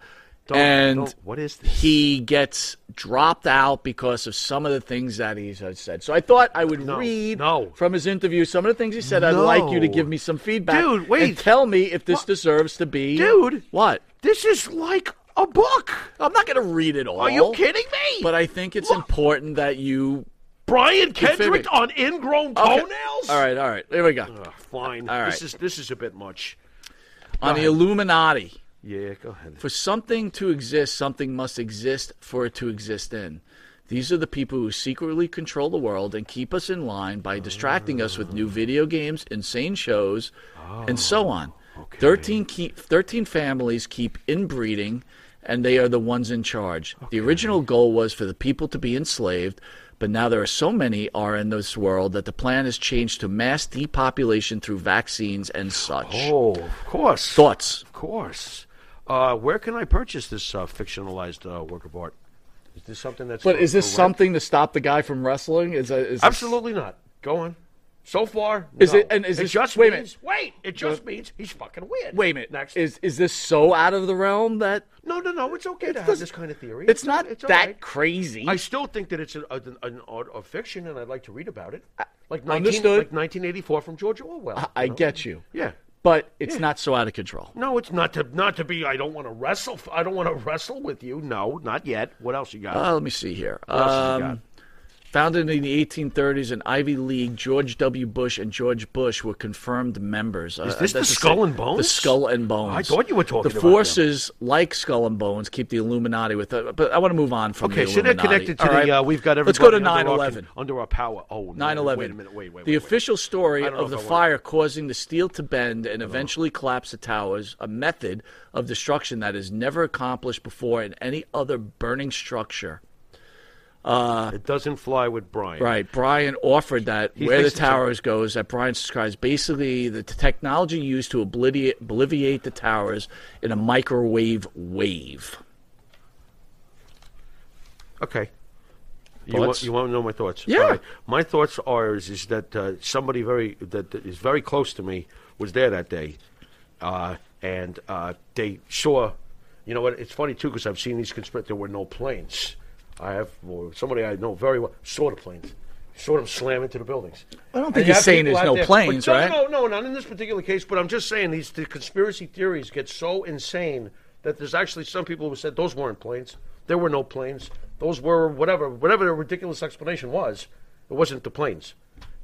Speaker 2: Don't-
Speaker 1: and
Speaker 2: don't- what is this?
Speaker 1: he gets dropped out because of some of the things that he has said. So I thought I would
Speaker 2: No,
Speaker 1: read
Speaker 2: no.
Speaker 1: from his interview some of the things he said. I'd like you to
Speaker 2: No.
Speaker 1: give me some feedback.
Speaker 2: Dude, wait.
Speaker 1: And tell me if this
Speaker 2: What?
Speaker 1: deserves to be.
Speaker 2: Dude.
Speaker 1: What?
Speaker 2: This is like a book.
Speaker 1: I'm not going to read it all.
Speaker 2: Are you kidding me?
Speaker 1: But I think it's
Speaker 2: Look.
Speaker 1: important that you
Speaker 4: Brian Kendrick
Speaker 1: Fibbing.
Speaker 4: on ingrown
Speaker 1: Okay.
Speaker 4: toenails?
Speaker 1: All right, all right. There we go.
Speaker 4: Ugh, fine.
Speaker 1: All right.
Speaker 4: This is this is a bit much.
Speaker 1: On the Illuminati.
Speaker 4: Yeah, go ahead.
Speaker 1: For something to exist, something must exist for it to exist in. These are the people who secretly control the world and keep us in line by distracting us with new video games, insane shows, and so on. 13, keep, 13 families keep inbreeding, and they are the ones in charge. The original goal was for the people to be enslaved, but now there are so many are in this world that the plan has changed to mass depopulation through vaccines and such.
Speaker 4: Oh, of course.
Speaker 1: Thoughts?
Speaker 4: Of course. Uh, where can I purchase this uh, fictionalized uh, work of art? Is this something that's.
Speaker 1: But is this
Speaker 4: for rent?
Speaker 1: something to stop the guy from wrestling? Is, that- is this-
Speaker 4: Absolutely not. Go on. So far,
Speaker 1: Is
Speaker 4: no.
Speaker 1: it- and is
Speaker 4: it
Speaker 1: this-
Speaker 4: just
Speaker 1: wait a
Speaker 4: means wait? It just means he's fucking weird.
Speaker 1: Wait a minute.
Speaker 4: Next,
Speaker 1: Is is this so out of the realm that
Speaker 4: no, no, no. It's okay to have
Speaker 1: doesn't-
Speaker 4: this kind of theory.
Speaker 1: it's not
Speaker 4: it's all
Speaker 1: that
Speaker 4: right.
Speaker 1: crazy?
Speaker 4: I still think that it's an, an, an art of fiction, and I'd like to read about it. Like, 19,
Speaker 1: Understood.
Speaker 4: like 1984 from George Orwell.
Speaker 1: I
Speaker 4: you know?
Speaker 1: get you.
Speaker 4: Yeah.
Speaker 1: But it's not so out of control.
Speaker 4: No, it's not to not to be. I don't want to wrestle. f- I don't want to wrestle with you. No, not yet. What else you got?
Speaker 1: Uh, let me see here.
Speaker 4: what else you got?
Speaker 1: Um, founded in the 1830s in Ivy League, George W. Bush and George Bush were confirmed members. Uh,
Speaker 4: Is this the
Speaker 1: that's a
Speaker 4: Skull
Speaker 1: sa-
Speaker 4: and Bones?
Speaker 1: The Skull and Bones.
Speaker 4: I thought you were talking
Speaker 1: The
Speaker 4: about them.
Speaker 1: forces, like Skull and Bones, keep the Illuminati with. Uh, but I want to move on from.
Speaker 4: Okay,
Speaker 1: the
Speaker 4: so they're
Speaker 1: Illuminati.
Speaker 4: connected to
Speaker 1: All right?
Speaker 4: the. Uh, we've got everybody
Speaker 1: Let's go to
Speaker 4: under our
Speaker 1: 9/11.
Speaker 4: con- under our power. Oh, no,
Speaker 1: 9 11.
Speaker 4: Wait a minute. Wait, wait.
Speaker 1: The
Speaker 4: wait, wait.
Speaker 1: official story
Speaker 4: I don't
Speaker 1: of
Speaker 4: know if
Speaker 1: the
Speaker 4: I wanna- Uh-huh.
Speaker 1: fire causing the steel to bend and eventually collapse the towers, a method of destruction that is never accomplished before in any other burning structure.
Speaker 4: It doesn't fly with Brian.
Speaker 1: Right. Brian offered that
Speaker 4: He
Speaker 1: where the
Speaker 4: thinks it's a-
Speaker 1: towers goes, that Brian describes basically the t- technology used to obliterate, obliviate the towers in a microwave wave.
Speaker 4: Okay. You want,
Speaker 1: Thoughts?
Speaker 4: you want to know my thoughts?
Speaker 1: Yeah.
Speaker 4: All right. My thoughts are is, is that uh, somebody very that that is very close to me was there that day, uh, and uh, they saw. You know what? It's funny too because I've seen these conspiracy. There were no planes. I have well, somebody I know very well saw the planes. Saw them slam into the buildings. I
Speaker 1: don't think he's saying there's no planes, right?
Speaker 4: No, no, not in this particular case. But I'm just saying these the conspiracy theories get so insane that there's actually some people who said those weren't planes. There were no planes. Those were whatever, whatever the ridiculous explanation was. It wasn't the planes.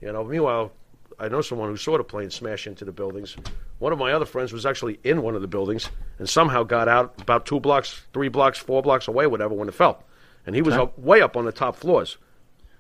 Speaker 4: You know. Meanwhile, I know someone who saw the plane smash into the buildings. One of my other friends was actually in one of the buildings and somehow got out about two blocks, three blocks, four blocks away, whatever, when it fell. And he was up, way up on the top floors.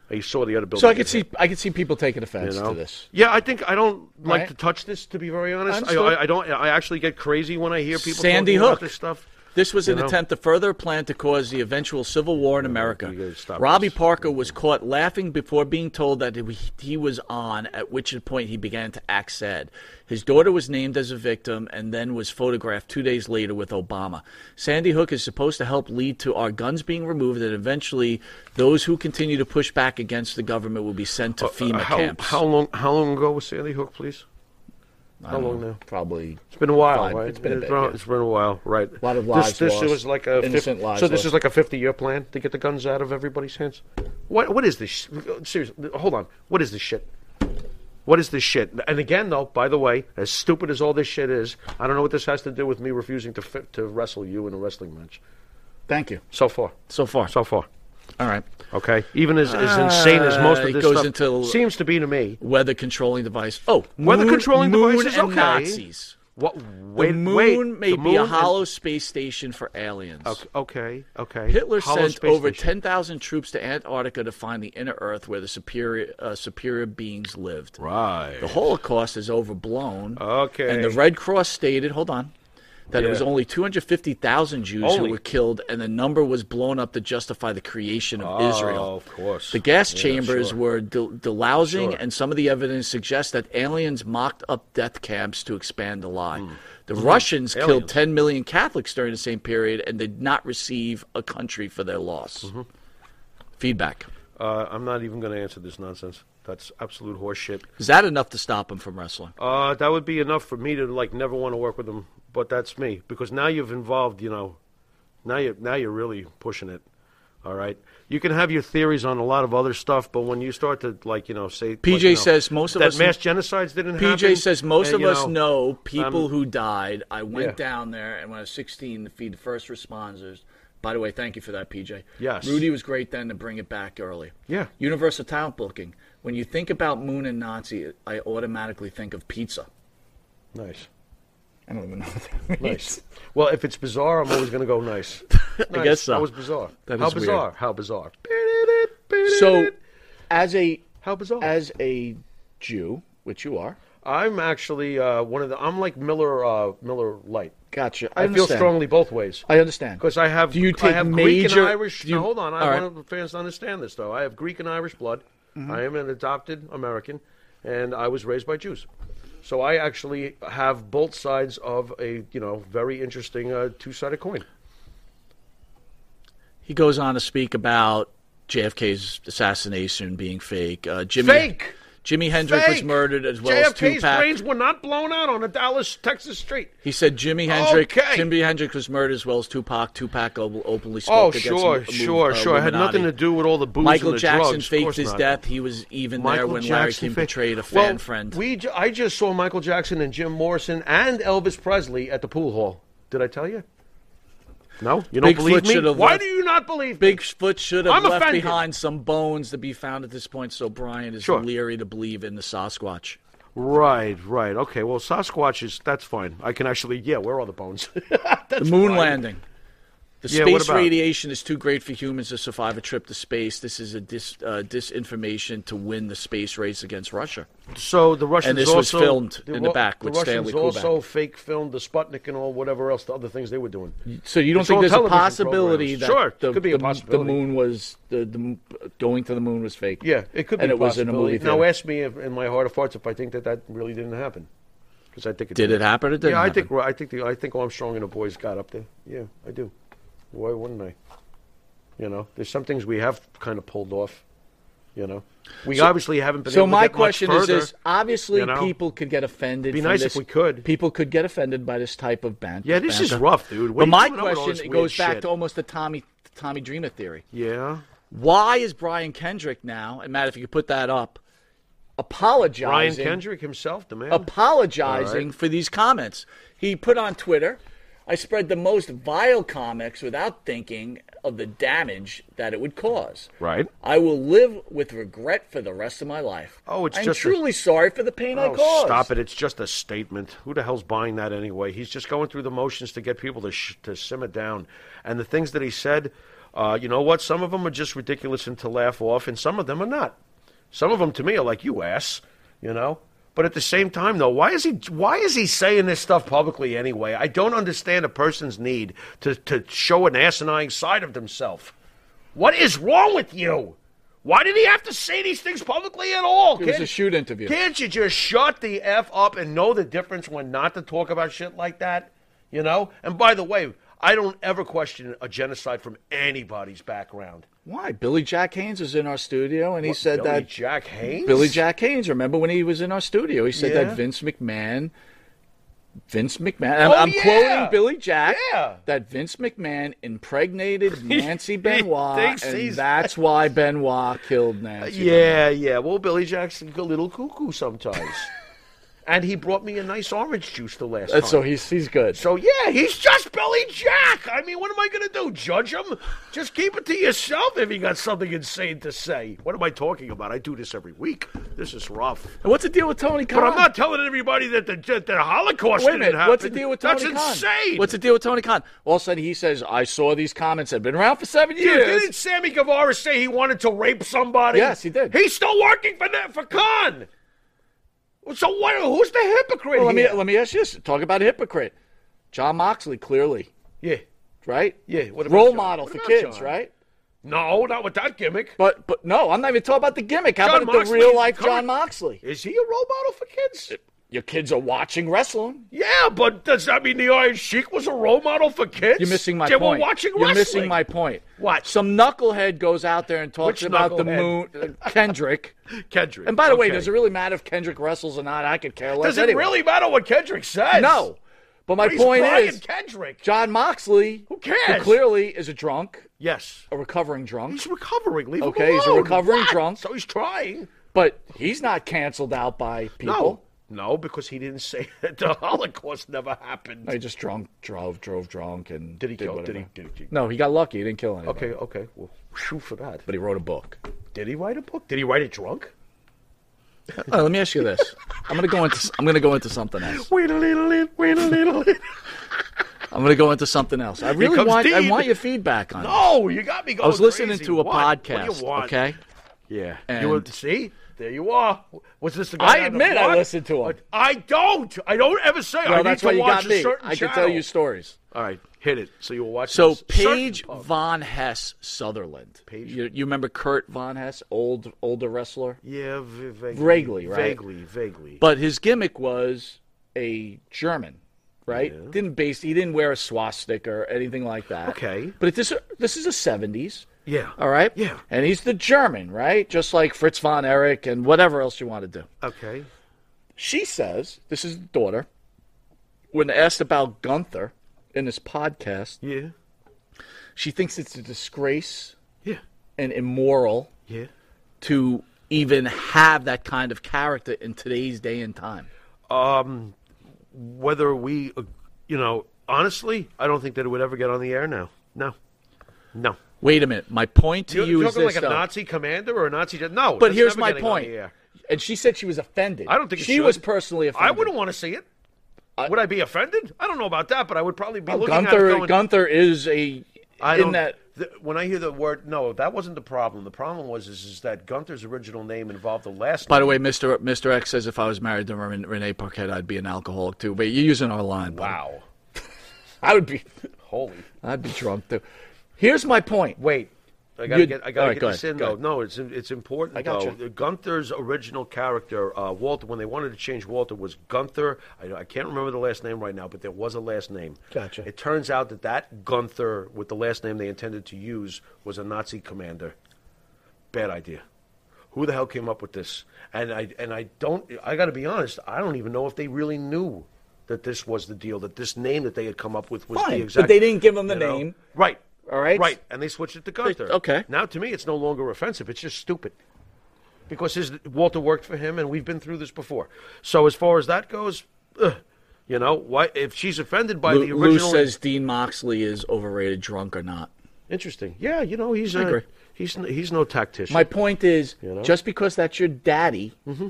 Speaker 4: He saw the other building.
Speaker 1: So I
Speaker 4: get
Speaker 1: could see
Speaker 4: hit.
Speaker 1: I could see people taking offense
Speaker 4: You know?
Speaker 1: to this.
Speaker 4: Yeah, I think I don't like
Speaker 1: Right.
Speaker 4: to touch this. To be very honest, I,
Speaker 1: Understood.
Speaker 4: I, I don't. I actually get crazy when I hear people
Speaker 1: Sandy
Speaker 4: talking about
Speaker 1: Hook.
Speaker 4: this stuff.
Speaker 1: This was an
Speaker 4: know?
Speaker 1: attempt to further a plan to cause the eventual civil war in
Speaker 4: you
Speaker 1: America.
Speaker 4: gotta stop
Speaker 1: Robbie
Speaker 4: this.
Speaker 1: Parker was caught laughing before being told that he- he was on, at which point he began to act sad. His daughter was named as a victim and then was photographed two days later with Obama. Sandy Hook is supposed to help lead to our guns being removed, and eventually those who continue to push back against the government will be sent to FEMA
Speaker 4: Uh, how,
Speaker 1: camps.
Speaker 4: how long? How long ago was Sandy Hook, please? How long now?
Speaker 1: Probably.
Speaker 4: It's been a while,
Speaker 1: Fine.
Speaker 4: right?
Speaker 1: It's been a bit, yeah.
Speaker 4: it's been a while, right? A
Speaker 1: lot of lives
Speaker 4: This, this
Speaker 1: lost.
Speaker 4: was like a fif-
Speaker 1: Innocent lives
Speaker 4: So this
Speaker 1: lost.
Speaker 4: is like a fifty-year plan to get the guns out of everybody's hands. What? What is this? Seriously, hold on. What is this shit? What is this shit? And again, though, by the way, as stupid as all this shit is, I don't know what this has to do with me refusing to fi- to wrestle you in a wrestling match.
Speaker 1: Thank you.
Speaker 4: So far,
Speaker 1: So far.
Speaker 4: so far.
Speaker 1: All right.
Speaker 4: Okay, even as, as insane as most
Speaker 1: Uh, it
Speaker 4: of this
Speaker 1: goes
Speaker 4: stuff
Speaker 1: into-
Speaker 4: seems to be to me.
Speaker 1: Weather controlling device. Oh,
Speaker 4: Weather
Speaker 1: moon-
Speaker 4: controlling
Speaker 1: moon
Speaker 4: devices,
Speaker 1: and
Speaker 4: okay.
Speaker 1: Nazis.
Speaker 4: What?
Speaker 1: The
Speaker 4: Wait,
Speaker 1: moon
Speaker 4: wait,
Speaker 1: may
Speaker 4: the
Speaker 1: be
Speaker 4: moon
Speaker 1: a
Speaker 4: and-
Speaker 1: hollow space station for aliens.
Speaker 4: Okay, okay.
Speaker 1: Hitler
Speaker 4: Hollow
Speaker 1: sent
Speaker 4: space
Speaker 1: over
Speaker 4: station.
Speaker 1: 10,000 troops to Antarctica to find the inner Earth where the superior uh, superior beings lived.
Speaker 4: Right.
Speaker 1: The Holocaust is overblown.
Speaker 4: Okay.
Speaker 1: And the Red Cross stated, hold on, that it was
Speaker 4: Yeah.
Speaker 1: only 250,000 Jews
Speaker 4: Only.
Speaker 1: who were killed, and the number was blown up to justify the creation of Israel.
Speaker 4: Oh, of course.
Speaker 1: The gas
Speaker 4: Yeah,
Speaker 1: chambers
Speaker 4: sure.
Speaker 1: were del- delousing,
Speaker 4: Sure.
Speaker 1: and some of the evidence suggests that aliens mocked up death camps to expand the lie. The Russians killed
Speaker 4: Hmm. Aliens.
Speaker 1: 10 million Catholics during the same period and did not receive a country for their loss.
Speaker 4: Mm-hmm.
Speaker 1: Feedback.
Speaker 4: Uh, I'm not even going to answer this nonsense. That's absolute horseshit.
Speaker 1: Is that enough to stop them from wrestling?
Speaker 4: Uh, that would be enough for me to like never want to work with them. But that's me because now you've involved. You know, now you now you're really pushing it. All right. You can have your theories on a lot of other stuff, but when you start to like, you know, say
Speaker 1: PJ
Speaker 4: like, you know,
Speaker 1: says most of
Speaker 4: that
Speaker 1: us-
Speaker 4: mass genocides didn't happen.
Speaker 1: PJ says most
Speaker 4: and,
Speaker 1: of
Speaker 4: uh, you
Speaker 1: us know people
Speaker 4: um,
Speaker 1: who died. I went
Speaker 4: yeah.
Speaker 1: down there, and when I was 16, to feed the first responders, By the way, thank you for that, PJ.
Speaker 4: Yes.
Speaker 1: Rudy was great then to bring it back early.
Speaker 4: Yeah.
Speaker 1: Universal talent booking. When you think about Moon and Nazi, I automatically think of pizza.
Speaker 4: Nice.
Speaker 1: I don't even know what that means.
Speaker 4: Nice. Well, if it's bizarre, I'm always going to go nice. Nice.
Speaker 1: guess so.
Speaker 4: That was bizarre.
Speaker 1: That
Speaker 4: How
Speaker 1: is weird.
Speaker 4: bizarre? How bizarre?
Speaker 1: So, as a
Speaker 4: How bizarre?
Speaker 1: as a Jew, which you are,
Speaker 4: I'm actually uh, one of the. I'm like Miller. Uh, Miller Light.
Speaker 1: gotcha.
Speaker 4: I, feel
Speaker 1: understand.
Speaker 4: strongly both ways.
Speaker 1: I understand.
Speaker 4: Because I have,
Speaker 1: Do you
Speaker 4: I
Speaker 1: take
Speaker 4: have Greek
Speaker 1: major?
Speaker 4: and Irish.
Speaker 1: do you-
Speaker 4: now, hold on, I
Speaker 1: all right. Mm-hmm.
Speaker 4: want fans to understand this though. I have Greek and Irish blood. I am an adopted American, and I was raised by Jews. So I actually have both sides of a you know very interesting uh, two-sided coin.
Speaker 1: He goes on to speak about JFK's assassination being fake. Uh, Jimmy,
Speaker 4: Fake!
Speaker 1: Jimmy Hendrick was
Speaker 4: Fake!
Speaker 1: murdered as well as
Speaker 4: JFK's
Speaker 1: Tupac.
Speaker 4: brains were not blown out on a Dallas, Texas street.
Speaker 1: He said Jimmy Hendrix.
Speaker 4: Okay.
Speaker 1: Jimmy Hendrix was murdered as well as Tupac. Tupac op- openly spoke
Speaker 4: Oh,
Speaker 1: against
Speaker 4: sure,
Speaker 1: Illu-
Speaker 4: sure,
Speaker 1: uh,
Speaker 4: sure. It had nothing
Speaker 1: Illuminati.
Speaker 4: to do with all the booze
Speaker 1: Michael
Speaker 4: and the
Speaker 1: Jackson
Speaker 4: drugs. Of
Speaker 1: faked
Speaker 4: course
Speaker 1: his
Speaker 4: not.
Speaker 1: death. He was even there when Larry King
Speaker 4: fa-
Speaker 1: betrayed a
Speaker 4: Well,
Speaker 1: fan friend.
Speaker 4: We ju- I just saw Michael Jackson and Jim Morrison and Elvis Presley at the pool hall. Did I tell you? No, you don't
Speaker 1: Bigfoot
Speaker 4: believe me.
Speaker 1: should have
Speaker 4: Why
Speaker 1: left-
Speaker 4: do you not believe me?
Speaker 1: Bigfoot should have
Speaker 4: I'm
Speaker 1: left
Speaker 4: offended.
Speaker 1: behind some bones to be found at this point, so Brian is
Speaker 4: Sure.
Speaker 1: leery to believe in the Sasquatch.
Speaker 4: Right, right. Okay. Well, Sasquatch is that's fine. I can actually. Yeah, where are the bones?
Speaker 1: the moon landing. The
Speaker 4: Yeah, what
Speaker 1: space
Speaker 4: about it?
Speaker 1: radiation is too great for humans to survive a trip to space. This is a dis, uh, disinformation to win the space race against Russia.
Speaker 4: So the Russians
Speaker 1: And this was
Speaker 4: also
Speaker 1: filmed in the
Speaker 4: Ru-
Speaker 1: back with
Speaker 4: the
Speaker 1: Stanley
Speaker 4: Russians
Speaker 1: Kubrick.
Speaker 4: also fake filmed the Sputnik and all whatever else the other things they were doing.
Speaker 1: So you don't
Speaker 4: It's
Speaker 1: think
Speaker 4: all
Speaker 1: there's a
Speaker 4: television
Speaker 1: possibility
Speaker 4: programs.
Speaker 1: that
Speaker 4: Sure, it
Speaker 1: the,
Speaker 4: could be a
Speaker 1: the-
Speaker 4: possibility.
Speaker 1: the moon was the, the m- going to the moon was fake?
Speaker 4: Yeah, it could be.
Speaker 1: and
Speaker 4: a
Speaker 1: it was in a
Speaker 4: possibility.
Speaker 1: movie.
Speaker 4: Now
Speaker 1: theater.
Speaker 4: ask me if, in my heart of hearts if I think that that really didn't happen, because I think it
Speaker 1: Did it happen or didn't
Speaker 4: yeah, I
Speaker 1: happen?
Speaker 4: think I think the, I think Armstrong and the boys got up there. Yeah, I do. Why wouldn't I? You know, there's some things we have kind of pulled off. You know, we obviously haven't been.
Speaker 1: So
Speaker 4: able
Speaker 1: my
Speaker 4: to get much
Speaker 1: question is
Speaker 4: further.
Speaker 1: this: Obviously,
Speaker 4: you know?
Speaker 1: people could get offended.
Speaker 4: Be
Speaker 1: from
Speaker 4: nice
Speaker 1: this-
Speaker 4: if we could.
Speaker 1: People could get offended by this type of ban- banter.
Speaker 4: Yeah, this is rough, dude. What
Speaker 1: but
Speaker 4: are
Speaker 1: my
Speaker 4: you doing with all this
Speaker 1: question it
Speaker 4: weird
Speaker 1: goes back
Speaker 4: shit?
Speaker 1: to almost the Tommy Tommy Dreamer theory.
Speaker 4: Yeah,
Speaker 1: Why is Brian Kendrick now? And Matt, if you could put that up, apologizing.
Speaker 4: Ryan Kendrick himself, the man.
Speaker 1: apologizing
Speaker 4: All right.
Speaker 1: for these comments. He put on Twitter, I spread the most vile comics without thinking of the damage that it would cause.
Speaker 4: Right.
Speaker 1: I will live with regret for the rest of my life.
Speaker 4: Oh, it's
Speaker 1: I'm
Speaker 4: just a-
Speaker 1: truly sorry for the pain I
Speaker 4: Oh,
Speaker 1: caused.
Speaker 4: stop it! It's just a statement. Who the hell's buying that anyway? He's just going through the motions to get people to sh- to simmer down. And the things that he said, uh, you know what? Some of them are just ridiculous and to laugh off, and some of them are not. Some of them to me are like you ass, you know. But at the same time, though, why is he why is he saying this stuff publicly anyway? I don't understand a person's need to to show an asinine side of themselves. What is wrong with you? Why did he have to say these things publicly at all?
Speaker 1: It was
Speaker 4: kid?
Speaker 1: a shoot interview.
Speaker 4: Can't you just shut the F up and know the difference when not to talk about shit like that? You know? And by the way, I don't ever question a genocide from anybody's background.
Speaker 1: Why? Billy Jack Haynes was in our studio and he said
Speaker 4: Billy
Speaker 1: that
Speaker 4: Jack Haynes?
Speaker 1: Billy Jack Haynes, remember when he was in our studio, he said
Speaker 4: Yeah.
Speaker 1: that Vince McMahon Vince McMahon. I'm,
Speaker 4: Oh,
Speaker 1: I'm
Speaker 4: yeah.
Speaker 1: quoting Billy Jack.
Speaker 4: Yeah.
Speaker 1: That Vince McMahon impregnated Nancy Benoit,
Speaker 4: thinks
Speaker 1: and
Speaker 4: he's-
Speaker 1: that's why Benoit killed Nancy.
Speaker 4: Yeah, yeah. Well, Billy Jack's a little cuckoo sometimes. and he brought me a nice orange juice the last
Speaker 1: Benoit.
Speaker 4: time.
Speaker 1: So he's he's good.
Speaker 4: So yeah, he's just Billy Jack. I mean, what am I going to do? Judge him? Just keep it to yourself if you got something insane to say. What am I talking about? I do this every week. This is rough.
Speaker 1: And what's the deal with Tony Khan?
Speaker 4: But I'm not telling everybody that the that the Holocaust
Speaker 1: Wait a
Speaker 4: didn't
Speaker 1: minute.
Speaker 4: happen.
Speaker 1: What's the deal with Tony
Speaker 4: That's
Speaker 1: Khan?
Speaker 4: insane.
Speaker 1: What's the deal with Tony Khan? All of a sudden, he says, "I saw these comments have been around for seven
Speaker 4: Dude,
Speaker 1: years."
Speaker 4: didn't Sammy Guevara say he wanted to rape somebody?
Speaker 1: Yes, he did.
Speaker 4: He's still working for that for Khan. So what? Who's the hypocrite
Speaker 1: Well, let me
Speaker 4: here?
Speaker 1: let me ask you this: Talk about a hypocrite. John Moxley, clearly,
Speaker 4: yeah.
Speaker 1: right?
Speaker 4: Yeah, what about
Speaker 1: Role
Speaker 4: John?
Speaker 1: model
Speaker 4: What
Speaker 1: for
Speaker 4: about
Speaker 1: kids,
Speaker 4: John?
Speaker 1: right?
Speaker 4: No, not with that gimmick.
Speaker 1: But but no, I'm not even talking about the gimmick. How
Speaker 4: John
Speaker 1: about
Speaker 4: Moxley,
Speaker 1: the real life
Speaker 4: current-
Speaker 1: John Moxley?
Speaker 4: Is he a role model for kids?
Speaker 1: Your kids are watching wrestling.
Speaker 4: Yeah, but does that mean the Iron Sheik was a role model for kids?
Speaker 1: You're missing my
Speaker 4: they
Speaker 1: point.
Speaker 4: were watching
Speaker 1: You're
Speaker 4: wrestling.
Speaker 1: missing my point.
Speaker 4: What?
Speaker 1: Some knucklehead goes out there and talks
Speaker 4: Which
Speaker 1: about the moon, uh,
Speaker 4: knucklehead?
Speaker 1: Kendrick.
Speaker 4: Kendrick.
Speaker 1: And by the way,
Speaker 4: Okay.
Speaker 1: does it really matter if Kendrick wrestles or not? I could care less.
Speaker 4: Does it
Speaker 1: anyway.
Speaker 4: really matter what Kendrick says?
Speaker 1: No. But my
Speaker 4: He's
Speaker 1: point
Speaker 4: Brian
Speaker 1: is,
Speaker 4: Kendrick.
Speaker 1: John Moxley,
Speaker 4: Who cares?
Speaker 1: clearly is a drunk,
Speaker 4: yes,
Speaker 1: a recovering drunk,
Speaker 4: he's recovering. Leave him
Speaker 1: Okay, he's a
Speaker 4: alone.
Speaker 1: recovering
Speaker 4: What?
Speaker 1: drunk.
Speaker 4: so he's trying.
Speaker 1: but he's not canceled out by people.
Speaker 4: No, No, because he didn't say that the Holocaust never happened.
Speaker 1: I just drunk, drove, drove drunk, and
Speaker 4: Did he kill-
Speaker 1: whatever.
Speaker 4: did he- did he-
Speaker 1: No, he got lucky. He didn't kill anybody.
Speaker 4: okay, okay. Well, shoot for that.
Speaker 1: but he wrote a book.
Speaker 4: Did he write a book? Did he write it drunk?
Speaker 1: All right, let me ask you this. I'm gonna go into I'm gonna go into something else.
Speaker 4: Wait a little bit. Wait a little bit.
Speaker 1: I'm gonna go into something else. I really
Speaker 4: comes
Speaker 1: want I
Speaker 4: Dean.
Speaker 1: want your feedback on. it.
Speaker 4: No, you got me going.
Speaker 1: I was listening
Speaker 4: crazy.
Speaker 1: to a
Speaker 4: What? What do you
Speaker 1: podcast.
Speaker 4: want?
Speaker 1: Okay.
Speaker 4: Yeah.
Speaker 1: And-
Speaker 4: you were, see, there you are. Was this the guy?
Speaker 1: I
Speaker 4: on the
Speaker 1: admit I
Speaker 4: block?
Speaker 1: listened to him.
Speaker 4: I don't. I don't ever say. I
Speaker 1: Well,
Speaker 4: need
Speaker 1: that's
Speaker 4: to
Speaker 1: why you
Speaker 4: watch
Speaker 1: got
Speaker 4: a
Speaker 1: me.
Speaker 4: certain
Speaker 1: I can
Speaker 4: channel.
Speaker 1: tell you stories.
Speaker 4: All right, hit it. So you were watching.
Speaker 1: So
Speaker 4: a certain-
Speaker 1: Paige Von Hess Sutherland.
Speaker 4: Paige-
Speaker 1: You, you remember Kurt Von Hess, old older wrestler?
Speaker 4: Yeah, v- vaguely,
Speaker 1: Vaguely, right?
Speaker 4: Vaguely, vaguely.
Speaker 1: But his gimmick was a German, right? Didn't base he didn't wear a swastika or anything like that.
Speaker 4: Okay.
Speaker 1: But it, this this is the seventies.
Speaker 4: Yeah.
Speaker 1: All right.
Speaker 4: Yeah.
Speaker 1: And he's the German, right? Just like Fritz von Erich and whatever else you want to do.
Speaker 4: okay.
Speaker 1: She says, this is the daughter, when asked about Gunther in this podcast,
Speaker 4: Yeah.
Speaker 1: she thinks it's a disgrace
Speaker 4: Yeah.
Speaker 1: and immoral
Speaker 4: Yeah.
Speaker 1: to even have that kind of character in today's day and time.
Speaker 4: Whether we, uh, you know, honestly, I don't think that it would ever get on the air now. No. No.
Speaker 1: Wait a minute. My point to
Speaker 4: You're
Speaker 1: you is
Speaker 4: talking
Speaker 1: this,
Speaker 4: like a
Speaker 1: though.
Speaker 4: Nazi commander or a Nazi. No.
Speaker 1: but
Speaker 4: that's
Speaker 1: here's
Speaker 4: never
Speaker 1: my
Speaker 4: getting on
Speaker 1: point.
Speaker 4: the air.
Speaker 1: And she said she was offended.
Speaker 4: I don't think it
Speaker 1: she
Speaker 4: should.
Speaker 1: was personally offended.
Speaker 4: I wouldn't want to see it. would I be offended? I don't know about that, but I would probably be looking at
Speaker 1: Oh, Gunther.
Speaker 4: it going,
Speaker 1: Gunther is a
Speaker 4: I
Speaker 1: in
Speaker 4: don't,
Speaker 1: that.
Speaker 4: th- when I hear the word, no, that wasn't the problem. The problem was is, is that Gunther's original name involved the last.
Speaker 1: By the way, Mister Mister X says if I was married to Ren- Renee Parquette, I'd be an alcoholic too. But you're using our line. buddy.
Speaker 4: wow,
Speaker 1: I would be.
Speaker 4: holy
Speaker 1: I'd be drunk too. Here's my point.
Speaker 4: wait. I gotta
Speaker 1: You-
Speaker 4: get. I gotta
Speaker 1: all right,
Speaker 4: get
Speaker 1: go
Speaker 4: this
Speaker 1: ahead,
Speaker 4: in
Speaker 1: go
Speaker 4: though.
Speaker 1: ahead.
Speaker 4: No, it's it's important
Speaker 1: gotcha.
Speaker 4: though. Gunther's original character, uh, Walter. When they wanted to change Walter, was Gunther. I, I can't remember the last name right now, but there was a last name.
Speaker 1: Gotcha.
Speaker 4: It turns out that that Gunther, with the last name they intended to use, was a Nazi commander. Bad idea. Who the hell came up with this? And I and I don't. I got to be honest. I don't even know if they really knew that this was the deal. That this name that they had come up with was
Speaker 1: Fine,
Speaker 4: the
Speaker 1: but
Speaker 4: exact.
Speaker 1: they didn't give 'em the
Speaker 4: you know?
Speaker 1: name.
Speaker 4: Right.
Speaker 1: All right?
Speaker 4: Right. And they switched it to Gunther.
Speaker 1: okay.
Speaker 4: Now to me, it's no longer offensive. It's just stupid. Because his Walter worked for him, and we've been through this before. So as far as that goes, ugh, you know, why if she's offended by the
Speaker 1: Lou, Lou
Speaker 4: original,
Speaker 1: says Dean Moxley is overrated, drunk or not.
Speaker 4: interesting. Yeah, you know, he's
Speaker 1: agree.
Speaker 4: a, he's n- he's no tactician.
Speaker 1: My point is, just because that's your daddy,
Speaker 4: Mm-hmm.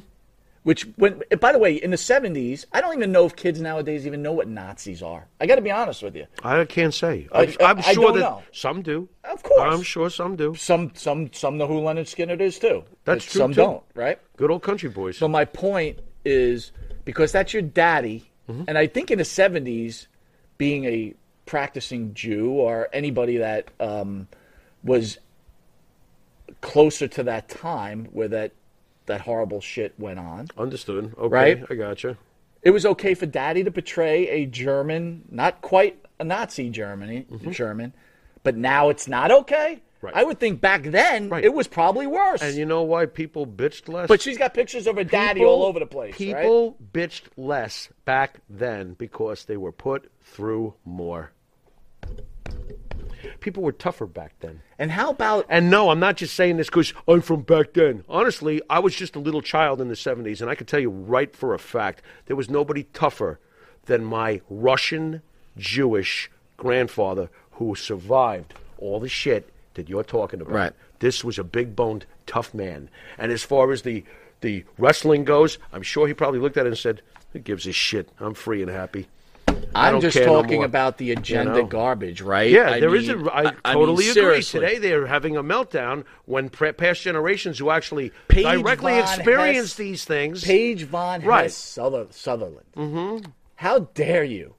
Speaker 1: which when and by the way, in the seventies, I don't even know if kids nowadays even know what Nazis are. I got to be honest with you.
Speaker 4: I can't say.
Speaker 1: I-
Speaker 4: I'm, I'm
Speaker 1: I- I
Speaker 4: sure
Speaker 1: don't
Speaker 4: that
Speaker 1: know.
Speaker 4: some do.
Speaker 1: Of course.
Speaker 4: I'm sure some do.
Speaker 1: Some some some know who Leonard Skinner is too.
Speaker 4: That's
Speaker 1: But
Speaker 4: true,
Speaker 1: Some
Speaker 4: too.
Speaker 1: don't, right?
Speaker 4: Good old country boys.
Speaker 1: So my point is because that's your daddy,
Speaker 4: Mm-hmm.
Speaker 1: and I think in the seventies, being a practicing Jew or anybody that um, was closer to that time where that that horrible shit went on.
Speaker 4: Understood. Okay,
Speaker 1: Right?
Speaker 4: I gotcha.
Speaker 1: it was okay for daddy to betray a German, not quite a Nazi Germany, German, but now it's not okay.
Speaker 4: Mm-hmm. Right.
Speaker 1: I would think back then
Speaker 4: Right.
Speaker 1: it was probably worse.
Speaker 4: And you know why people bitched less?
Speaker 1: but she's got pictures of her daddy all over the place. right?
Speaker 4: People bitched less back then because they were put through more. People were tougher back then.
Speaker 1: And how about
Speaker 4: And no, I'm not just saying this because I'm from back then. Honestly, I was just a little child in the 70s, and I can tell you right for a fact there was nobody tougher than my Russian Jewish grandfather who survived all the shit that you're talking about.
Speaker 1: Right.
Speaker 4: This was a big boned, tough man. And as far as the, the wrestling goes, I'm sure he probably looked at it and said, Who gives a shit? I'm free and happy. I
Speaker 1: I'm
Speaker 4: don't
Speaker 1: just
Speaker 4: care no
Speaker 1: talking
Speaker 4: more,
Speaker 1: about the agenda
Speaker 4: know?
Speaker 1: garbage, right?
Speaker 4: Yeah,
Speaker 1: I
Speaker 4: there is
Speaker 1: mean,
Speaker 4: a. I
Speaker 1: I mean,
Speaker 4: totally agree.
Speaker 1: seriously.
Speaker 4: Today they're having a meltdown when pre- past generations who actually
Speaker 1: Paige
Speaker 4: directly
Speaker 1: Von
Speaker 4: experienced
Speaker 1: Hess-
Speaker 4: these things.
Speaker 1: Paige Von
Speaker 4: Right.
Speaker 1: Hess Suther- Sutherland. Mm-hmm. How dare you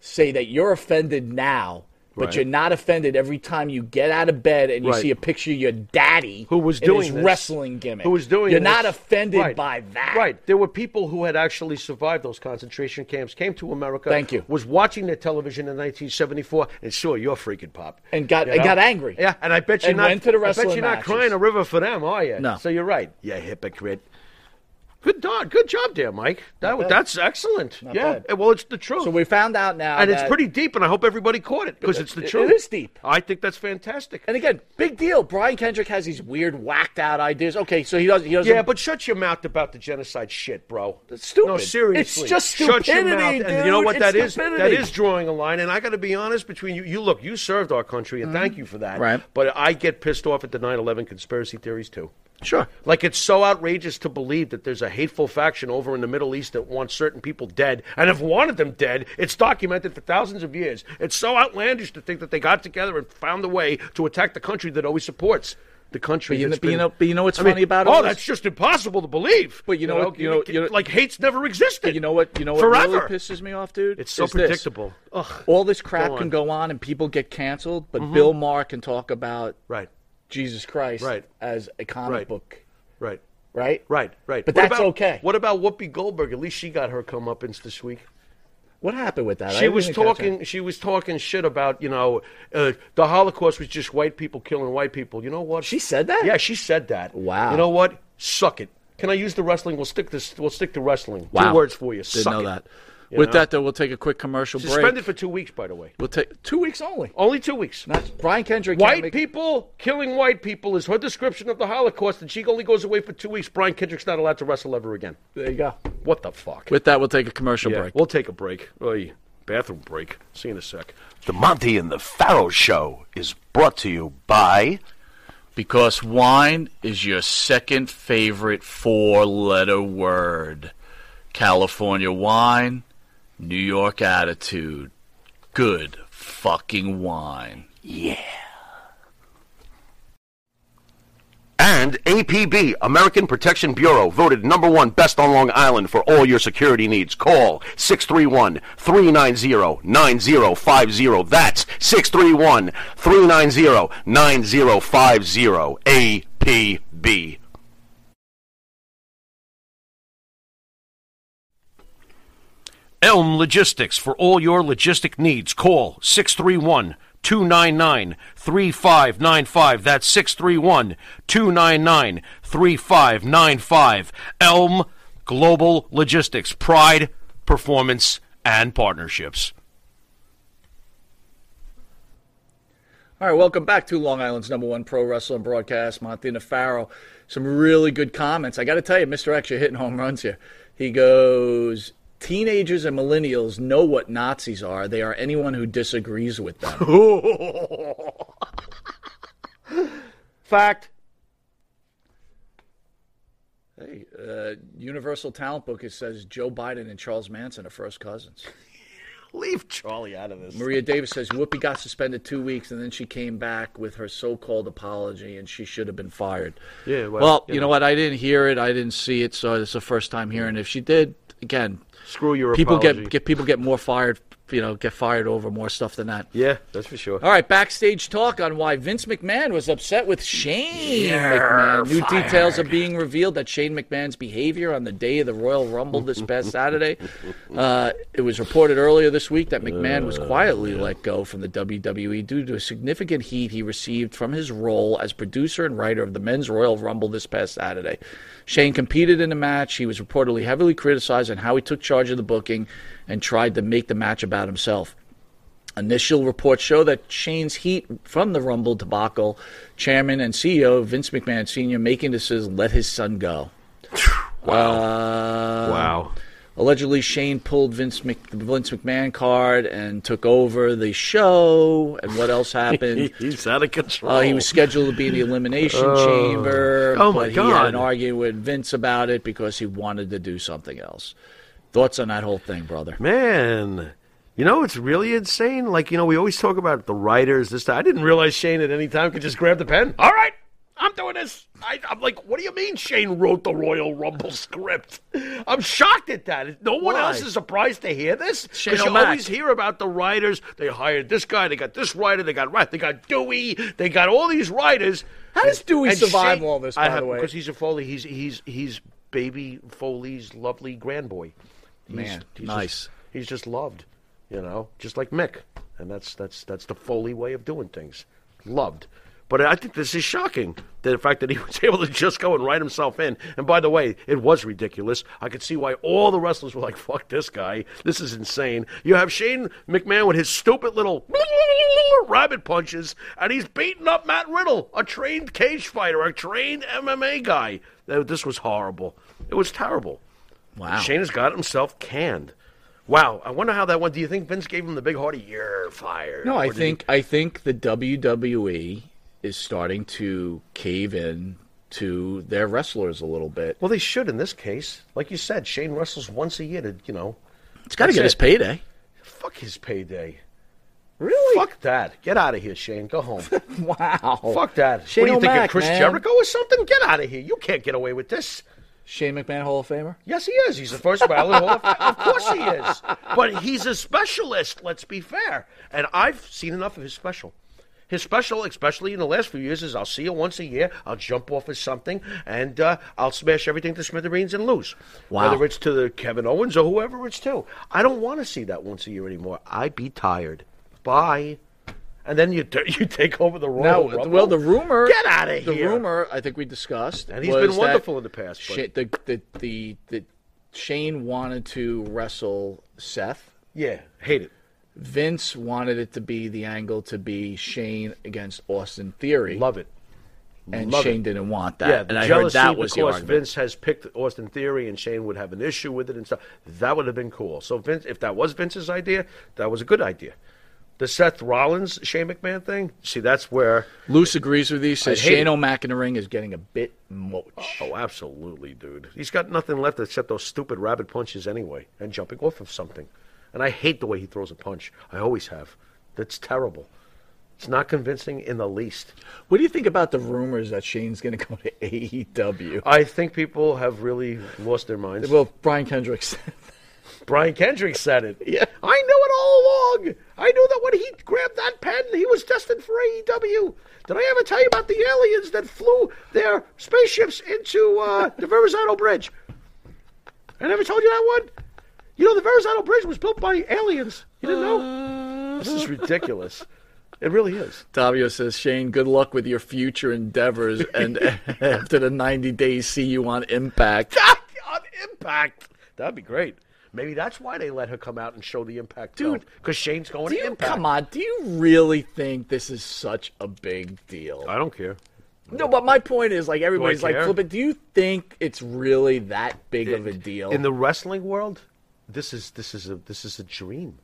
Speaker 1: say that you're offended now, but
Speaker 4: Right.
Speaker 1: you're not offended every time you get out of bed and you
Speaker 4: Right.
Speaker 1: see a picture of your daddy
Speaker 4: who was
Speaker 1: in
Speaker 4: doing
Speaker 1: his
Speaker 4: this,
Speaker 1: wrestling gimmick.
Speaker 4: Who was doing?
Speaker 1: You're
Speaker 4: this.
Speaker 1: not offended
Speaker 4: Right.
Speaker 1: by that.
Speaker 4: Right. There were people who had actually survived those concentration camps, came to America.
Speaker 1: Thank you.
Speaker 4: Was watching their television in 1974 and saw your freaking pop
Speaker 1: And got- and got angry.
Speaker 4: Yeah, and I bet you
Speaker 1: And
Speaker 4: not.
Speaker 1: went to the
Speaker 4: I bet
Speaker 1: wrestling
Speaker 4: you're not
Speaker 1: matches.
Speaker 4: crying a river for them, are you?
Speaker 1: No.
Speaker 4: So you're right. You hypocrite. Good dog. Good job there, Mike. That,
Speaker 1: bad.
Speaker 4: that's excellent. yeah. eh,
Speaker 1: bad.
Speaker 4: Well, it's the truth.
Speaker 1: So we found out now,
Speaker 4: and it's
Speaker 1: that-
Speaker 4: pretty deep, and I hope everybody caught it because it's the
Speaker 1: It- it
Speaker 4: truth.
Speaker 1: is deep.
Speaker 4: I think that's fantastic.
Speaker 1: And again, big deal. Brian Kendrick has these weird, whacked out ideas. Okay, so he doesn't. He doesn't.
Speaker 4: yeah, but shut your mouth about the genocide shit, bro.
Speaker 1: It's stupid.
Speaker 4: No, seriously.
Speaker 1: It's just
Speaker 4: Shut your mouth.
Speaker 1: stupidity,
Speaker 4: And you know
Speaker 1: dude.
Speaker 4: what
Speaker 1: It's
Speaker 4: that is? That
Speaker 1: stupidity.
Speaker 4: is drawing a line. And I got to be honest between you. You look, you served our country, and thank you for that.
Speaker 1: Mm-hmm. Right.
Speaker 4: But I get pissed off at the 9 11 conspiracy theories, too.
Speaker 1: sure.
Speaker 4: Like it's so outrageous to believe that there's a hateful faction over in the Middle East that wants certain people dead and have wanted them dead. It's documented for thousands of years. It's so outlandish to think that they got together and found a way to attack the country that always supports the country.
Speaker 1: But you
Speaker 4: that's
Speaker 1: know- but you
Speaker 4: been-
Speaker 1: know- but you know what's
Speaker 4: I mean,
Speaker 1: funny about all
Speaker 4: oh,
Speaker 1: this?
Speaker 4: that's just impossible to believe.
Speaker 1: But you know what- you know- you know-
Speaker 4: like hates never existed.
Speaker 1: You know what? You know what
Speaker 4: Forever.
Speaker 1: really pisses me off, dude.
Speaker 4: It's so
Speaker 1: Is this.
Speaker 4: predictable. Ugh.
Speaker 1: All this crap
Speaker 4: Go on. Mm-hmm.
Speaker 1: can go on, and people get canceled. But Bill Maher can talk about
Speaker 4: Right.
Speaker 1: Jesus Christ
Speaker 4: Right.
Speaker 1: as a comic
Speaker 4: Right.
Speaker 1: book,
Speaker 4: Right.
Speaker 1: right?
Speaker 4: Right. Right.
Speaker 1: But
Speaker 4: What
Speaker 1: that's
Speaker 4: about-
Speaker 1: okay.
Speaker 4: What about Whoopi Goldberg? At least she got her comeuppance this week.
Speaker 1: What happened with that? I
Speaker 4: She
Speaker 1: didn't
Speaker 4: was
Speaker 1: even catch
Speaker 4: talking.
Speaker 1: that.
Speaker 4: She was talking shit about you know uh, the Holocaust was just white people killing white people. You know what?
Speaker 1: She said that?
Speaker 4: Yeah, she said that.
Speaker 1: Wow.
Speaker 4: You know what? Suck it. Can I use the wrestling? We'll stick this. We'll stick to wrestling. Two words for you.
Speaker 1: Didn't
Speaker 4: Suck
Speaker 1: know
Speaker 4: it.
Speaker 1: that.
Speaker 4: You
Speaker 1: with
Speaker 4: know?
Speaker 1: that, though, we'll take a quick commercial
Speaker 4: Suspended
Speaker 1: break.
Speaker 4: for two weeks, by the way.
Speaker 1: We'll take two weeks only.
Speaker 4: Only two weeks.
Speaker 1: That's Brian Kendrick. can't
Speaker 4: White
Speaker 1: make-
Speaker 4: people killing white people is her description of the Holocaust, and she only goes away for two weeks. Brian Kendrick's not allowed to wrestle ever again.
Speaker 1: There you go.
Speaker 4: What the fuck?
Speaker 1: With that, we'll take a commercial
Speaker 4: Yeah,
Speaker 1: break.
Speaker 4: We'll take a break. Oy, bathroom break. See you in a sec.
Speaker 2: The Monty and the Pharaoh Show is brought to you by
Speaker 1: Because wine is your second favorite four letter word. California wine, New York attitude. Good fucking wine.
Speaker 2: and APB, American Protection Bureau, voted number one best on Long Island for all your security needs. Call 631 390 9050. That's 631 390 9050. APB.
Speaker 4: Elm Logistics for all your logistic needs. Call 631 299 3595. That's 631 299 3595. Elm Global Logistics. Pride, performance, and partnerships.
Speaker 1: All right, welcome back to Long Island's number one pro wrestling broadcast, Montina Farrow. Some really good comments. I got to tell you, Mr. X, you're hitting home runs here. He goes, Teenagers and millennials know what Nazis are. They are anyone who disagrees with them.
Speaker 4: Fact.
Speaker 1: hey, uh, Universal Talent Book it says Joe Biden and Charles Manson are first cousins.
Speaker 4: Leave Charlie out of this.
Speaker 1: Maria Davis says Whoopi got suspended two weeks and then she came back with her so called apology and she should have been fired.
Speaker 4: Yeah, well,
Speaker 1: Well, you
Speaker 4: you
Speaker 1: know. what? I didn't hear it. I didn't see it. So it's the first time hearing it. If she did, again,
Speaker 4: Screw your
Speaker 1: people
Speaker 4: apology.
Speaker 1: get, get people get more fired, you know, get fired over more stuff than that.
Speaker 4: Yeah, that's for sure.
Speaker 1: All right, backstage talk on why Vince McMahon was upset with Shane McMahon. New details are being revealed that Shane McMahon's behavior on the day of the Royal Rumble this past Saturday. Uh, it was reported earlier this week that McMahon was quietly let go from the WWE due to significant heat he received from his role as producer and writer of the Men's Royal Rumble this past Saturday. Shane competed in the match. He was reportedly heavily criticized on how he took charge of the booking and tried to make the match about himself. Initial reports show that Shane's heat from the Rumble debacle, chairman and CEO Vince McMahon Sr. making decision let his son go. Wow.
Speaker 4: Wow.
Speaker 1: Allegedly, Shane pulled Vince Mc, the Vince McMahon card and took over the show. And what else happened?
Speaker 4: He's out of control.
Speaker 1: Uh, he was scheduled to be in the Elimination Chamber,
Speaker 4: Oh,
Speaker 1: but
Speaker 4: my
Speaker 1: he had an
Speaker 4: God.
Speaker 1: argument with Vince about it because he wanted to do something else. Thoughts on that whole thing, brother?
Speaker 4: Man, you know it's really insane. Like you know, we always talk about the writers. This time, I didn't realize Shane at any time could just grab the pen. All right, I'm doing this. I, I'm like, what do you mean Shane wrote the Royal Rumble script? I'm shocked at that. No one
Speaker 1: Why?
Speaker 4: else is surprised to hear this.
Speaker 1: Shane
Speaker 4: 'Cause you
Speaker 1: O'Mac.
Speaker 4: always hear about the writers. They hired this guy. They got this writer. They got right. They got Dewey. They got all these writers.
Speaker 1: How does Dewey
Speaker 4: And
Speaker 1: survive all this,
Speaker 4: I
Speaker 1: by
Speaker 4: have-
Speaker 1: the way?
Speaker 4: Because he's a Foley. He's he's he's baby Foley's lovely grandboy. He's,
Speaker 1: Man, nice.
Speaker 4: Just, he's just loved, you know, just like Mick, and that's that's that's the Foley way of doing things. Loved. But I think this is shocking. that The fact that he was able to just go and write himself in. And by the way, it was ridiculous. I could see why all the wrestlers were like, fuck this guy. This is insane. You have Shane McMahon with his stupid little rabbit punches, and he's beating up Matt Riddle, Uh, a trained cage fighter, a trained MMA guy. Uh, This was horrible. It was terrible.
Speaker 1: Wow.
Speaker 4: Shane has got himself canned. Wow. I wonder how that went. Do you think Vince gave him the big hearty, you're fired?
Speaker 1: No, I
Speaker 4: Or did he-
Speaker 1: think I think the WWE is starting to cave in to their wrestlers a little bit.
Speaker 4: Well, they should in this case. Like you said, Shane wrestles once a year to, you know,
Speaker 1: It's got to
Speaker 4: That's
Speaker 1: get his
Speaker 4: it.
Speaker 1: payday.
Speaker 4: fuck his payday. Really? Fuck that. Get out of here, Shane. Go home.
Speaker 1: Wow.
Speaker 4: fuck that.
Speaker 1: Shane
Speaker 4: what do you think
Speaker 1: O'Mac,
Speaker 4: of Chris
Speaker 1: man.
Speaker 4: Jericho or something? Get out of here. You can't get away with this.
Speaker 1: Shane McMahon Hall of Famer.
Speaker 4: Yes, he is. He's the first ballot Hall of Fame. Of course he is. But he's a specialist, let's be fair. And I've seen enough of his special. His special, especially in the last few years, is I'll see you once a year, I'll jump off of something, and uh, I'll smash everything to smithereens and lose.
Speaker 1: Wow.
Speaker 4: Whether it's to the Kevin Owens or whoever it's to. I don't want to see that once a year anymore. I'd be tired. Bye. And then you t- you take over the Royal
Speaker 1: Now,
Speaker 4: Rumble.
Speaker 1: well, the rumor.
Speaker 4: Get out of
Speaker 1: The
Speaker 4: here.
Speaker 1: rumor I think we discussed,
Speaker 4: And he's
Speaker 1: was
Speaker 4: been
Speaker 1: that
Speaker 4: wonderful in the past, but-
Speaker 1: Sha- the, the, the, the Shane wanted to wrestle Seth.
Speaker 4: Yeah, hate it.
Speaker 1: Vince wanted it to be the angle to be Shane against Austin Theory,
Speaker 4: Love it.
Speaker 1: and
Speaker 4: love
Speaker 1: Shane
Speaker 4: it.
Speaker 1: didn't want that.
Speaker 4: Yeah, the
Speaker 1: and I heard
Speaker 4: jealousy
Speaker 1: that was the
Speaker 4: because
Speaker 1: argument.
Speaker 4: Vince has picked Austin Theory and Shane would have an issue with it and stuff. That would have been cool. So Vince, if that was Vince's idea, that was a good idea. The Seth Rollins Shane McMahon thing, see, that's where
Speaker 1: Luce agrees with you. Says
Speaker 4: I hate
Speaker 1: Shane
Speaker 4: it.
Speaker 1: O'Mac in the ring is getting a bit much.
Speaker 4: oh, absolutely, dude, he's got nothing left except those stupid rabbit punches anyway, and jumping off of something. And I hate the way he throws a punch. I always have. That's terrible. It's not convincing in the least.
Speaker 1: What do you think about the rumors that Shane's going to E go to AEW?
Speaker 4: I think people have really lost their minds.
Speaker 1: well, Brian Kendrick's.
Speaker 4: Brian Kendrick said it.
Speaker 1: Yeah.
Speaker 4: I knew it all along. I knew that when he grabbed that pen, he was destined for AEW. Did I ever tell you about the aliens that flew their spaceships into uh, the Verrazano Bridge? I never told you that one. You know, the Verrazano Bridge was built by aliens. You didn't
Speaker 1: Uh.
Speaker 4: know? This is ridiculous. It really is.
Speaker 1: Tavio says, Shane, good luck with your future endeavors. And after the 90 days, see you on Impact.
Speaker 4: on Impact. That'd be great. Maybe that's why they let her come out and show the Impact,
Speaker 1: Dude,
Speaker 4: Because Shane's going
Speaker 1: Do
Speaker 4: to
Speaker 1: you,
Speaker 4: Impact.
Speaker 1: come on, do you really think this is such a big deal?
Speaker 4: I don't care.
Speaker 1: No, but my point is, like, everybody's like,
Speaker 4: care?
Speaker 1: flipping. Do you think it's really that big of a deal?
Speaker 4: in the wrestling world, this is this is a this is a dream.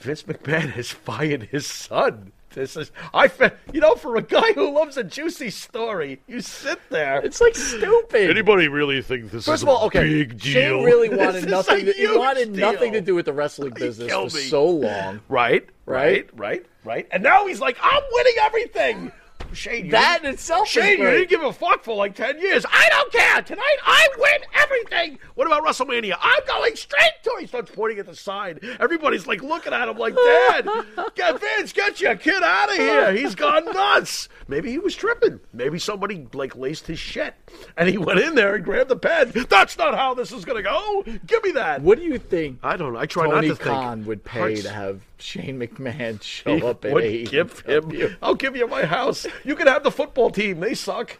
Speaker 4: Vince McMahon has fired his son. This is I fe- you know for a guy who loves a juicy story, you sit there.
Speaker 1: it's like stupid.
Speaker 4: anybody really think this
Speaker 1: First of all, okay, Shane really wanted
Speaker 4: This is
Speaker 1: nothing. To,
Speaker 4: a
Speaker 1: he
Speaker 4: huge
Speaker 1: wanted nothing to
Speaker 4: deal.
Speaker 1: do with the wrestling business
Speaker 4: kill
Speaker 1: for
Speaker 4: me.
Speaker 1: so long.
Speaker 4: right,
Speaker 1: Right?
Speaker 4: right, right, right. And now he's like, I'm winning everything. Shane, you
Speaker 1: That
Speaker 4: didn't-
Speaker 1: itself is
Speaker 4: Shane, you
Speaker 1: great.
Speaker 4: didn't give a fuck for like ten years. I don't care. Tonight, I win everything. What about WrestleMania? I'm going straight to. He starts pointing at the sign. Everybody's like looking at him, like, Dad, get Vince, get your kid out of here. He's gone nuts. Maybe he was tripping. Maybe somebody like laced his shit, and he went in there and grabbed the pen. That's not how this is gonna go. Give me that.
Speaker 1: What do you think?
Speaker 4: I don't know. I try
Speaker 1: Tony
Speaker 4: not to
Speaker 1: Khan
Speaker 4: think.
Speaker 1: would pay
Speaker 4: Hurts.
Speaker 1: to have Shane McMahon show
Speaker 4: He
Speaker 1: up at E
Speaker 4: would
Speaker 1: AEW.
Speaker 4: give him. I'll give you my house. You can have the football team. They suck.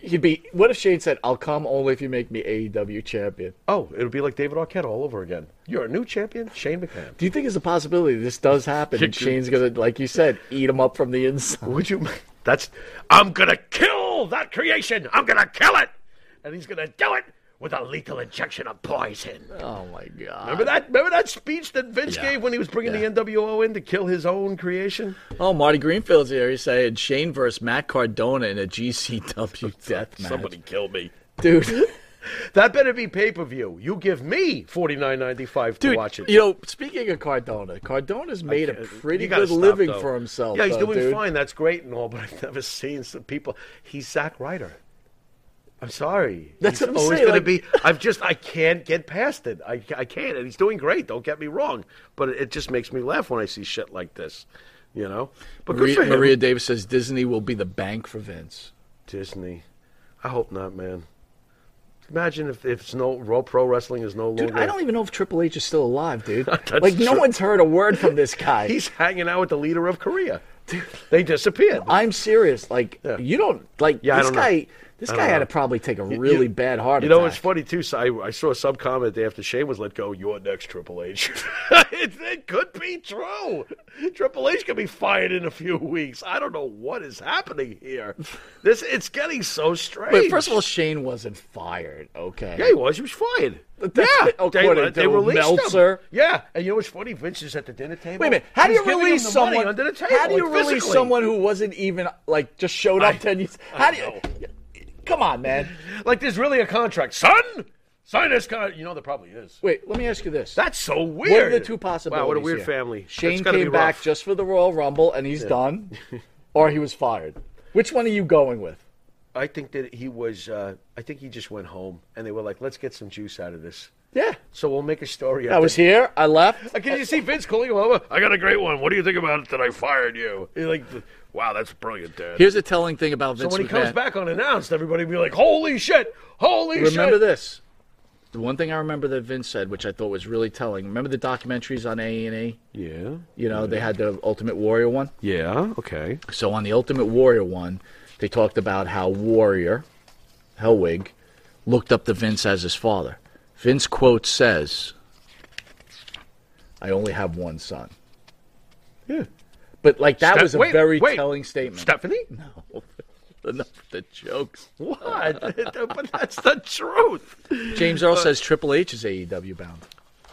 Speaker 1: He'd be. What if Shane said, "I'll come only if you make me AEW champion"?
Speaker 4: Oh, it'll be like David Arquette all over again. You're a new champion, Shane McMahon.
Speaker 1: Do you think it's a possibility this does happen? And Shane's gonna, like you said, eat him up from the inside.
Speaker 4: Would you? That's. I'm gonna kill that creation. I'm gonna kill it, and he's gonna do it with a lethal injection of poison.
Speaker 1: Oh my god!
Speaker 4: Remember that? Remember that speech that Vince
Speaker 1: Yeah.
Speaker 4: gave when he was bringing
Speaker 1: Yeah.
Speaker 4: the NWO in to kill his own creation?
Speaker 1: Oh, Marty Greenfield's here. He's saying Shane versus Matt Cardona in a GCW death match.
Speaker 4: Somebody kill me.
Speaker 1: dude.
Speaker 4: That better be pay per view. You give me forty nine ninety five to
Speaker 1: Dude,
Speaker 4: watch it.
Speaker 1: you know, speaking of Cardona, Cardona's made a pretty
Speaker 4: You gotta
Speaker 1: good
Speaker 4: stop,
Speaker 1: living
Speaker 4: though.
Speaker 1: for himself.
Speaker 4: Yeah, he's
Speaker 1: though,
Speaker 4: doing
Speaker 1: dude.
Speaker 4: fine. That's great and all, but I've never seen some people. He's Zack Ryder. I'm sorry.
Speaker 1: That's
Speaker 4: he's
Speaker 1: what I'm
Speaker 4: always
Speaker 1: saying,
Speaker 4: gonna
Speaker 1: like-
Speaker 4: be. I've just I can't get past it. I I can't. And he's doing great. Don't get me wrong, but it just makes me laugh when I see shit like this. You know. But good
Speaker 1: Maria,
Speaker 4: for him.
Speaker 1: Maria Davis says Disney will be the bank for Vince.
Speaker 4: Disney. I hope not, man. Imagine if, if it's no raw pro wrestling is no
Speaker 1: Dude,
Speaker 4: longer.
Speaker 1: I don't even know if Triple H is still alive, dude.
Speaker 4: That's
Speaker 1: like, no
Speaker 4: true.
Speaker 1: one's heard a word from this guy.
Speaker 4: He's hanging out with the leader of Korea. They disappeared.
Speaker 5: I'm serious. Like
Speaker 4: Yeah.
Speaker 5: you don't like
Speaker 4: Yeah, I
Speaker 5: this
Speaker 4: don't know.
Speaker 5: guy. This
Speaker 4: I
Speaker 5: guy
Speaker 4: don't
Speaker 5: had
Speaker 4: know.
Speaker 5: to probably take a really
Speaker 4: you-
Speaker 5: bad heart
Speaker 4: You know,
Speaker 5: attack.
Speaker 4: it's funny too. So I, I saw some comment after Shane was let go. Your next Triple H. it, it could be true. Triple H could be fired in a few weeks. I don't know what is happening here. This it's getting so strange.
Speaker 5: But first of all, Shane wasn't fired. Okay.
Speaker 4: yeah, he was. He was fired.
Speaker 5: That's- oh,
Speaker 4: yeah,
Speaker 5: according to Meltzer.
Speaker 4: him. Yeah, and you know what's funny? Vince is at the dinner table.
Speaker 5: Wait a minute. How do
Speaker 4: He's
Speaker 5: you
Speaker 4: giving him
Speaker 5: release
Speaker 4: the money
Speaker 5: someone?
Speaker 4: under the table?
Speaker 5: how do you
Speaker 4: like,
Speaker 5: release
Speaker 4: physically.
Speaker 5: someone who wasn't even like just showed up
Speaker 4: I-
Speaker 5: ten years?
Speaker 4: I
Speaker 5: How do you? Come on, man.
Speaker 4: Like, there's really a contract, son. Sign this contract. You know, there probably is.
Speaker 5: Wait, let me ask you this.
Speaker 4: That's so weird.
Speaker 5: What are the two possibilities?
Speaker 4: Wow, what a weird
Speaker 5: here?
Speaker 4: family. That's
Speaker 5: Shane
Speaker 4: gotta be
Speaker 5: came back
Speaker 4: rough.
Speaker 5: just for the Royal Rumble and he's done, or he was fired. Which one are you going with?
Speaker 4: I think that he was. Uh, I think he just went home, and they were like, "Let's get some juice out of this."
Speaker 5: Yeah.
Speaker 4: So we'll make a story.
Speaker 5: I was here. I left.
Speaker 4: Uh, Can you see Vince calling him over? I got a great one. What do you think about it that I fired you? He's like, "Wow, that's brilliant, Dad."
Speaker 1: Here's the telling thing about
Speaker 4: so
Speaker 1: Vince
Speaker 4: when he
Speaker 1: McMahon.
Speaker 4: comes back unannounced, everybody will be like, "Holy shit! Holy shit!"
Speaker 1: Remember this. The one thing I remember that Vince said, which I thought was really telling. Remember the documentaries on A and E?
Speaker 4: Yeah.
Speaker 1: You know,
Speaker 4: Mm-hmm.
Speaker 1: they had the Ultimate Warrior one.
Speaker 4: Yeah. Okay.
Speaker 1: So on the Ultimate Warrior one, they talked about how Warrior, Hellwig, looked up to Vince as his father. Vince quote says, "I only have one son."
Speaker 4: Yeah.
Speaker 1: But like that
Speaker 4: Step-
Speaker 1: was a
Speaker 4: wait,
Speaker 1: very
Speaker 4: wait.
Speaker 1: telling statement.
Speaker 4: Stephanie.
Speaker 1: Enough of the jokes.
Speaker 4: What? but that's the truth.
Speaker 1: James
Speaker 5: Uh,
Speaker 1: Earl says Triple H is AEW bound.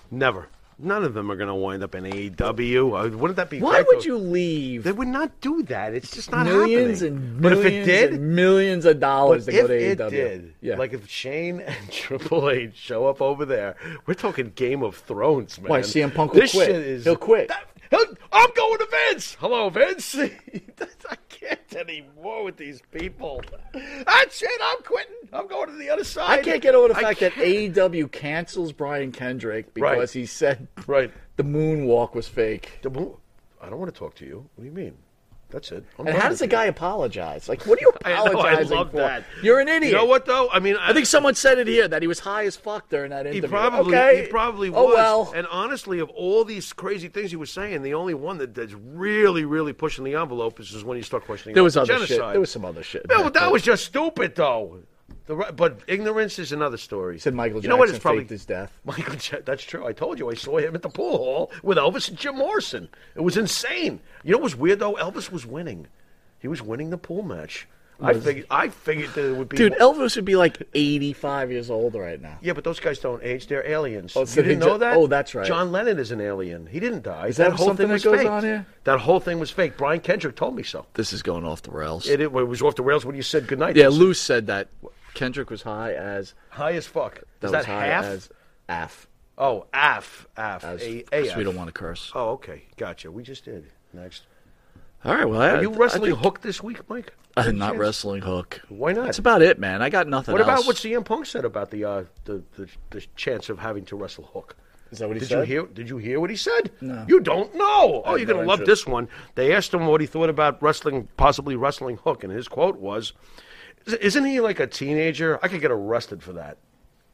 Speaker 4: Never. None of them are going to wind up in AEW. Uh, Wouldn't that be?
Speaker 5: Why
Speaker 4: great,
Speaker 5: would
Speaker 4: though?
Speaker 5: you leave
Speaker 4: They would not do that. It's just not
Speaker 5: millions
Speaker 4: happening.
Speaker 5: and millions
Speaker 4: but if it did,
Speaker 5: and millions of dollars
Speaker 4: but
Speaker 5: to go
Speaker 4: if
Speaker 5: to
Speaker 4: it
Speaker 5: AEW?
Speaker 4: did,
Speaker 5: yeah.
Speaker 4: like if Shane and Triple H show up over there, we're talking Game of Thrones, man.
Speaker 5: Why, CM Punk will
Speaker 4: this
Speaker 5: quit.
Speaker 4: Shit is,
Speaker 5: He'll quit.
Speaker 4: That- he'll- I'm going to Vince. Hello, Vince. I can't anymore with these people. That's it. I'm quitting. I'm going to the other side.
Speaker 5: I can't get over the
Speaker 4: I
Speaker 5: fact that
Speaker 4: can't.
Speaker 5: AEW cancels Brian Kendrick because
Speaker 4: Right.
Speaker 5: he said
Speaker 4: Right.
Speaker 5: the moonwalk was fake.
Speaker 4: The mo- I don't want to talk to you. What do you mean? That's it. I'm
Speaker 5: And
Speaker 4: done
Speaker 5: how does
Speaker 4: with
Speaker 5: a
Speaker 4: you.
Speaker 5: guy apologize? Like, what are you
Speaker 4: I know, I
Speaker 5: apologizing
Speaker 4: love
Speaker 5: for?
Speaker 4: that.
Speaker 5: You're an idiot.
Speaker 4: You know what though? I mean,
Speaker 5: I think someone said it here that he was high as fuck during that interview.
Speaker 4: He probably,
Speaker 5: okay.
Speaker 4: he probably was.
Speaker 5: Oh well.
Speaker 4: And honestly, of all these crazy things he was saying, the only one that, that's really, really pushing the envelope is, is when you start questioning.
Speaker 5: there was other
Speaker 4: about genocide.
Speaker 5: shit. There was some other shit.
Speaker 4: No, that was just stupid, though. The, ri- but ignorance is another story.
Speaker 5: said Michael Jackson
Speaker 4: You know what? It's probably
Speaker 5: faked his death.
Speaker 4: Michael. Ja- that's true. I told you. I saw him at the pool hall with Elvis and Jim Morrison. It was insane. You know what was weird though? Elvis was winning. He was winning the pool match. I figured. I figured that it would be.
Speaker 5: Dude, Elvis would be like 85 years old right now.
Speaker 4: Yeah, but those guys don't age. They're aliens.
Speaker 5: Oh,
Speaker 4: you
Speaker 5: so they
Speaker 4: didn't
Speaker 5: ju-
Speaker 4: know that?
Speaker 5: oh, that's right.
Speaker 4: John Lennon is an alien. He didn't die.
Speaker 5: Is that
Speaker 4: whole
Speaker 5: something
Speaker 4: thing
Speaker 5: that
Speaker 4: was
Speaker 5: goes
Speaker 4: fake.
Speaker 5: on here?
Speaker 4: That whole thing was fake. Brian Kendrick told me so.
Speaker 1: This is going off the rails.
Speaker 4: It, it was off the rails when you said goodnight.
Speaker 1: yeah,
Speaker 4: It's
Speaker 1: Lou said that Kendrick was high as
Speaker 4: High as fuck.
Speaker 1: that was
Speaker 4: is that
Speaker 1: high
Speaker 4: half?
Speaker 1: as af.
Speaker 4: Oh, af. Af.
Speaker 1: As,
Speaker 4: A-
Speaker 1: because
Speaker 4: AF.
Speaker 1: we don't want to curse.
Speaker 4: Oh, okay. Gotcha. We just did. Next.
Speaker 1: All right, well, I,
Speaker 4: Are you
Speaker 1: I
Speaker 4: wrestling
Speaker 1: think-
Speaker 4: Hook this week, Mike?
Speaker 1: I'm not wrestling hook.
Speaker 4: Why not?
Speaker 1: That's about it, man. I got nothing.
Speaker 4: What about
Speaker 1: else.
Speaker 4: what CM Punk said about the, uh, the, the the chance of having to wrestle Hook?
Speaker 5: Is that what he
Speaker 4: did
Speaker 5: said?
Speaker 4: you hear? Did you hear what he said? No. You don't know. Oh, you're gonna love this one. They asked him what he thought about wrestling, possibly wrestling Hook, and his quote was, "Is- "Isn't he like a teenager? I could get arrested for that."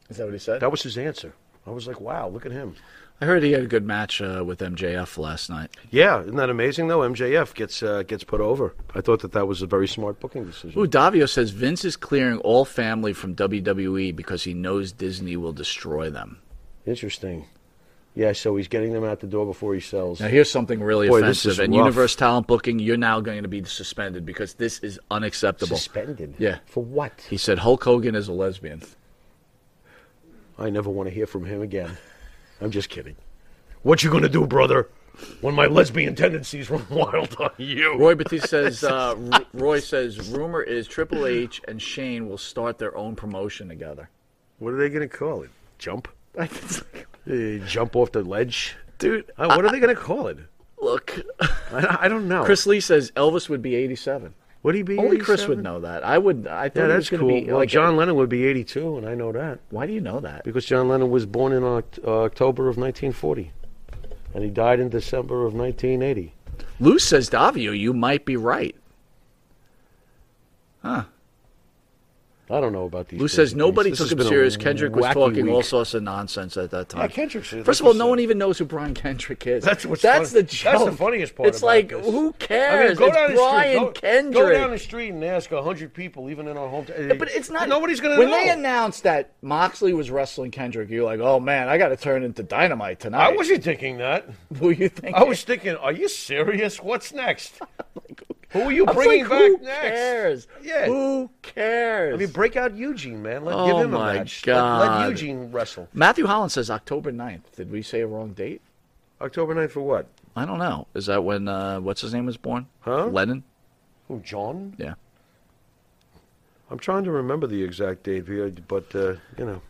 Speaker 5: Is that what he said?
Speaker 4: That was his answer. I was like, "Wow, look at him."
Speaker 1: I heard he had a good match uh, with MJF last night.
Speaker 4: Yeah, isn't that amazing though? MJF gets uh, gets put over. I thought that that was a very smart booking decision.
Speaker 1: Ooh, Davio says Vince is clearing all family from WWE because he knows Disney will destroy them.
Speaker 4: Interesting. Yeah, so he's getting them out the door before he sells.
Speaker 1: Now, here's something really
Speaker 4: Boy, this
Speaker 1: offensive.
Speaker 4: is
Speaker 1: And
Speaker 4: rough.
Speaker 1: Universe Talent Booking, you're now going to be suspended because this is unacceptable.
Speaker 4: Suspended.
Speaker 1: Yeah.
Speaker 4: For what?
Speaker 1: He said Hulk Hogan is a lesbian.
Speaker 4: I never want to hear from him again. I'm just kidding. What you gonna do, brother? When my lesbian tendencies run wild on you?
Speaker 1: Roy Batiste says, uh, R- Roy says, rumor is Triple H and Shane will start their own promotion together.
Speaker 4: What are they gonna call it? Jump?
Speaker 1: Like, it's like,
Speaker 4: Uh, jump off the ledge?
Speaker 1: dude,
Speaker 4: Uh, what are they gonna call it?
Speaker 1: look.
Speaker 4: I, I don't know.
Speaker 1: Chris Lee says Elvis would be 87.
Speaker 4: would he be?
Speaker 1: Only Chris
Speaker 4: 87?
Speaker 1: would know that. I would. I thought
Speaker 4: Yeah,
Speaker 1: he
Speaker 4: that's
Speaker 1: was going
Speaker 4: cool.
Speaker 1: to be
Speaker 4: well,
Speaker 1: like
Speaker 4: John Lennon would be 82, and I know that
Speaker 1: Why do you know that?
Speaker 4: because John Lennon was born in Oct- uh, October of 1940, and he died in December of 1980.
Speaker 1: Lou says Davio, you might be right.
Speaker 4: I don't know about these.
Speaker 1: Lou
Speaker 4: days
Speaker 1: says
Speaker 4: with
Speaker 1: nobody
Speaker 4: these.
Speaker 1: took
Speaker 4: This has
Speaker 1: him
Speaker 4: been a
Speaker 1: serious. Kendrick was
Speaker 4: wacky
Speaker 1: talking all
Speaker 4: week.
Speaker 1: sorts of nonsense at that time.
Speaker 5: Yeah, Kendrick's- like
Speaker 1: First of all,
Speaker 5: you
Speaker 1: no
Speaker 5: said.
Speaker 1: one even knows who Brian Kendrick is.
Speaker 4: That's what's
Speaker 1: that's
Speaker 4: funny.
Speaker 1: the joke.
Speaker 4: That's the funniest part.
Speaker 1: It's
Speaker 4: about
Speaker 1: like
Speaker 4: this.
Speaker 1: who
Speaker 4: I mean,
Speaker 1: cares?
Speaker 4: go
Speaker 1: it's
Speaker 4: down the
Speaker 1: Brian
Speaker 4: street. Go,
Speaker 1: Kendrick.
Speaker 4: go down the street and ask hundred people, even in our hometown.
Speaker 1: Yeah, but it's not-
Speaker 4: Nobody's going to
Speaker 5: When
Speaker 4: know.
Speaker 5: they announced that Moxley was wrestling Kendrick, you're like, oh man, I got to turn into dynamite tonight.
Speaker 4: I wasn't thinking that.
Speaker 5: Who you think?
Speaker 4: I was thinking, are you serious? What's next? Who are you
Speaker 1: I was
Speaker 4: bringing
Speaker 1: like,
Speaker 4: back
Speaker 1: who
Speaker 4: next?
Speaker 1: cares?
Speaker 4: Yeah.
Speaker 1: Who cares?
Speaker 4: I mean, break out Eugene, man. Let,
Speaker 1: Oh,
Speaker 4: give him
Speaker 1: my
Speaker 4: a match. Let- Let,
Speaker 1: God.
Speaker 4: Eugene wrestle.
Speaker 1: Matthew Holland says October 9th. Did we say a wrong date?
Speaker 4: October 9th for what?
Speaker 1: I don't know. Is that when uh, what's his name was born?
Speaker 4: Huh?
Speaker 1: Lennon.
Speaker 4: Who, John?
Speaker 1: Yeah.
Speaker 4: I'm trying to remember the exact date here, but, uh, you know.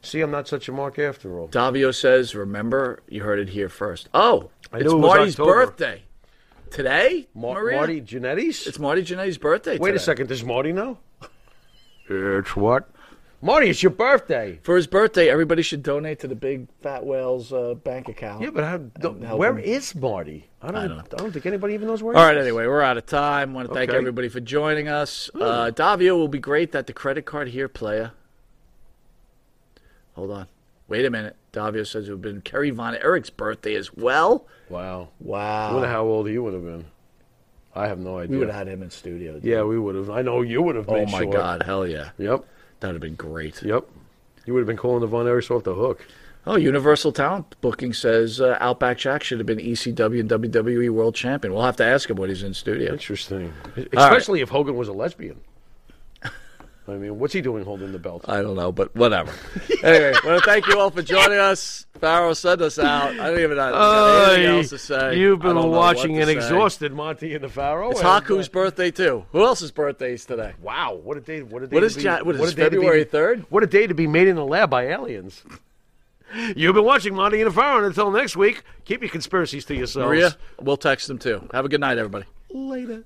Speaker 4: See, I'm not such a mark after all.
Speaker 1: Davio says, "Remember, you heard it here first. Oh,
Speaker 4: I
Speaker 1: it's
Speaker 4: knew it was
Speaker 1: Marty's
Speaker 4: October.
Speaker 1: birthday today.
Speaker 4: Mar-
Speaker 1: Maria?
Speaker 4: Marty Jannetty's?
Speaker 1: It's Marty Jannetty's birthday.
Speaker 4: Wait a
Speaker 1: today.
Speaker 4: second, does Marty know? It's what? Marty, it's your birthday.
Speaker 1: For his birthday, everybody should donate to the Big Fat Whales uh, bank account.
Speaker 4: Yeah, but how, don't,
Speaker 5: help
Speaker 4: where
Speaker 5: him.
Speaker 4: is Marty? I don't, I
Speaker 1: don't
Speaker 4: don't, think anybody even knows where
Speaker 1: All
Speaker 4: he
Speaker 1: right.
Speaker 4: is.
Speaker 1: Anyway, we're out of time. Want to thank
Speaker 4: Okay.
Speaker 1: everybody for joining us.
Speaker 5: Hmm.
Speaker 1: Uh, Davio will be great at the credit card here, player. Hold on. Wait a minute. Davio says it would have been Kerry Von Erich's birthday as well.
Speaker 4: Wow. I wonder
Speaker 5: wow.
Speaker 4: how old he would have been. I have no idea.
Speaker 5: We would have had him in studio. dude.
Speaker 4: Yeah, we would have. I know you would have.
Speaker 1: Oh
Speaker 4: made
Speaker 1: my
Speaker 4: sure.
Speaker 1: God! Hell yeah.
Speaker 4: Yep.
Speaker 1: That would have been great.
Speaker 4: Yep. You would have been calling the Von Erichs off the hook.
Speaker 1: Oh, Universal Talent Booking says uh, Outback Jack should have been ECW and WWE World Champion. We'll have to ask him when he's in studio.
Speaker 4: Interesting. Especially if Hogan was a lesbian. I mean, what's he doing holding the belt?
Speaker 1: I don't know, but whatever. anyway, well, thank you all for joining us. Farrell, send us out. I don't even know. I got anything else to say.
Speaker 4: You've
Speaker 1: I
Speaker 4: been
Speaker 1: don't know
Speaker 4: watching
Speaker 1: what to
Speaker 4: an
Speaker 1: say.
Speaker 4: exhausted Monty and the Pharaoh.
Speaker 1: It's
Speaker 4: and, uh,
Speaker 1: Haku's birthday too. Who else's birthday is today?
Speaker 4: wow, what a day! What a day!
Speaker 1: What
Speaker 4: to
Speaker 1: is
Speaker 4: be-
Speaker 1: Ja- what is
Speaker 4: a day to be-
Speaker 1: February 3rd?
Speaker 4: What a day to be made in the lab by aliens. You've been watching Monty and the Pharaoh. And until next week, keep your conspiracies to yourselves.
Speaker 1: Maria, we'll text them too. Have a good night, everybody.
Speaker 4: Later.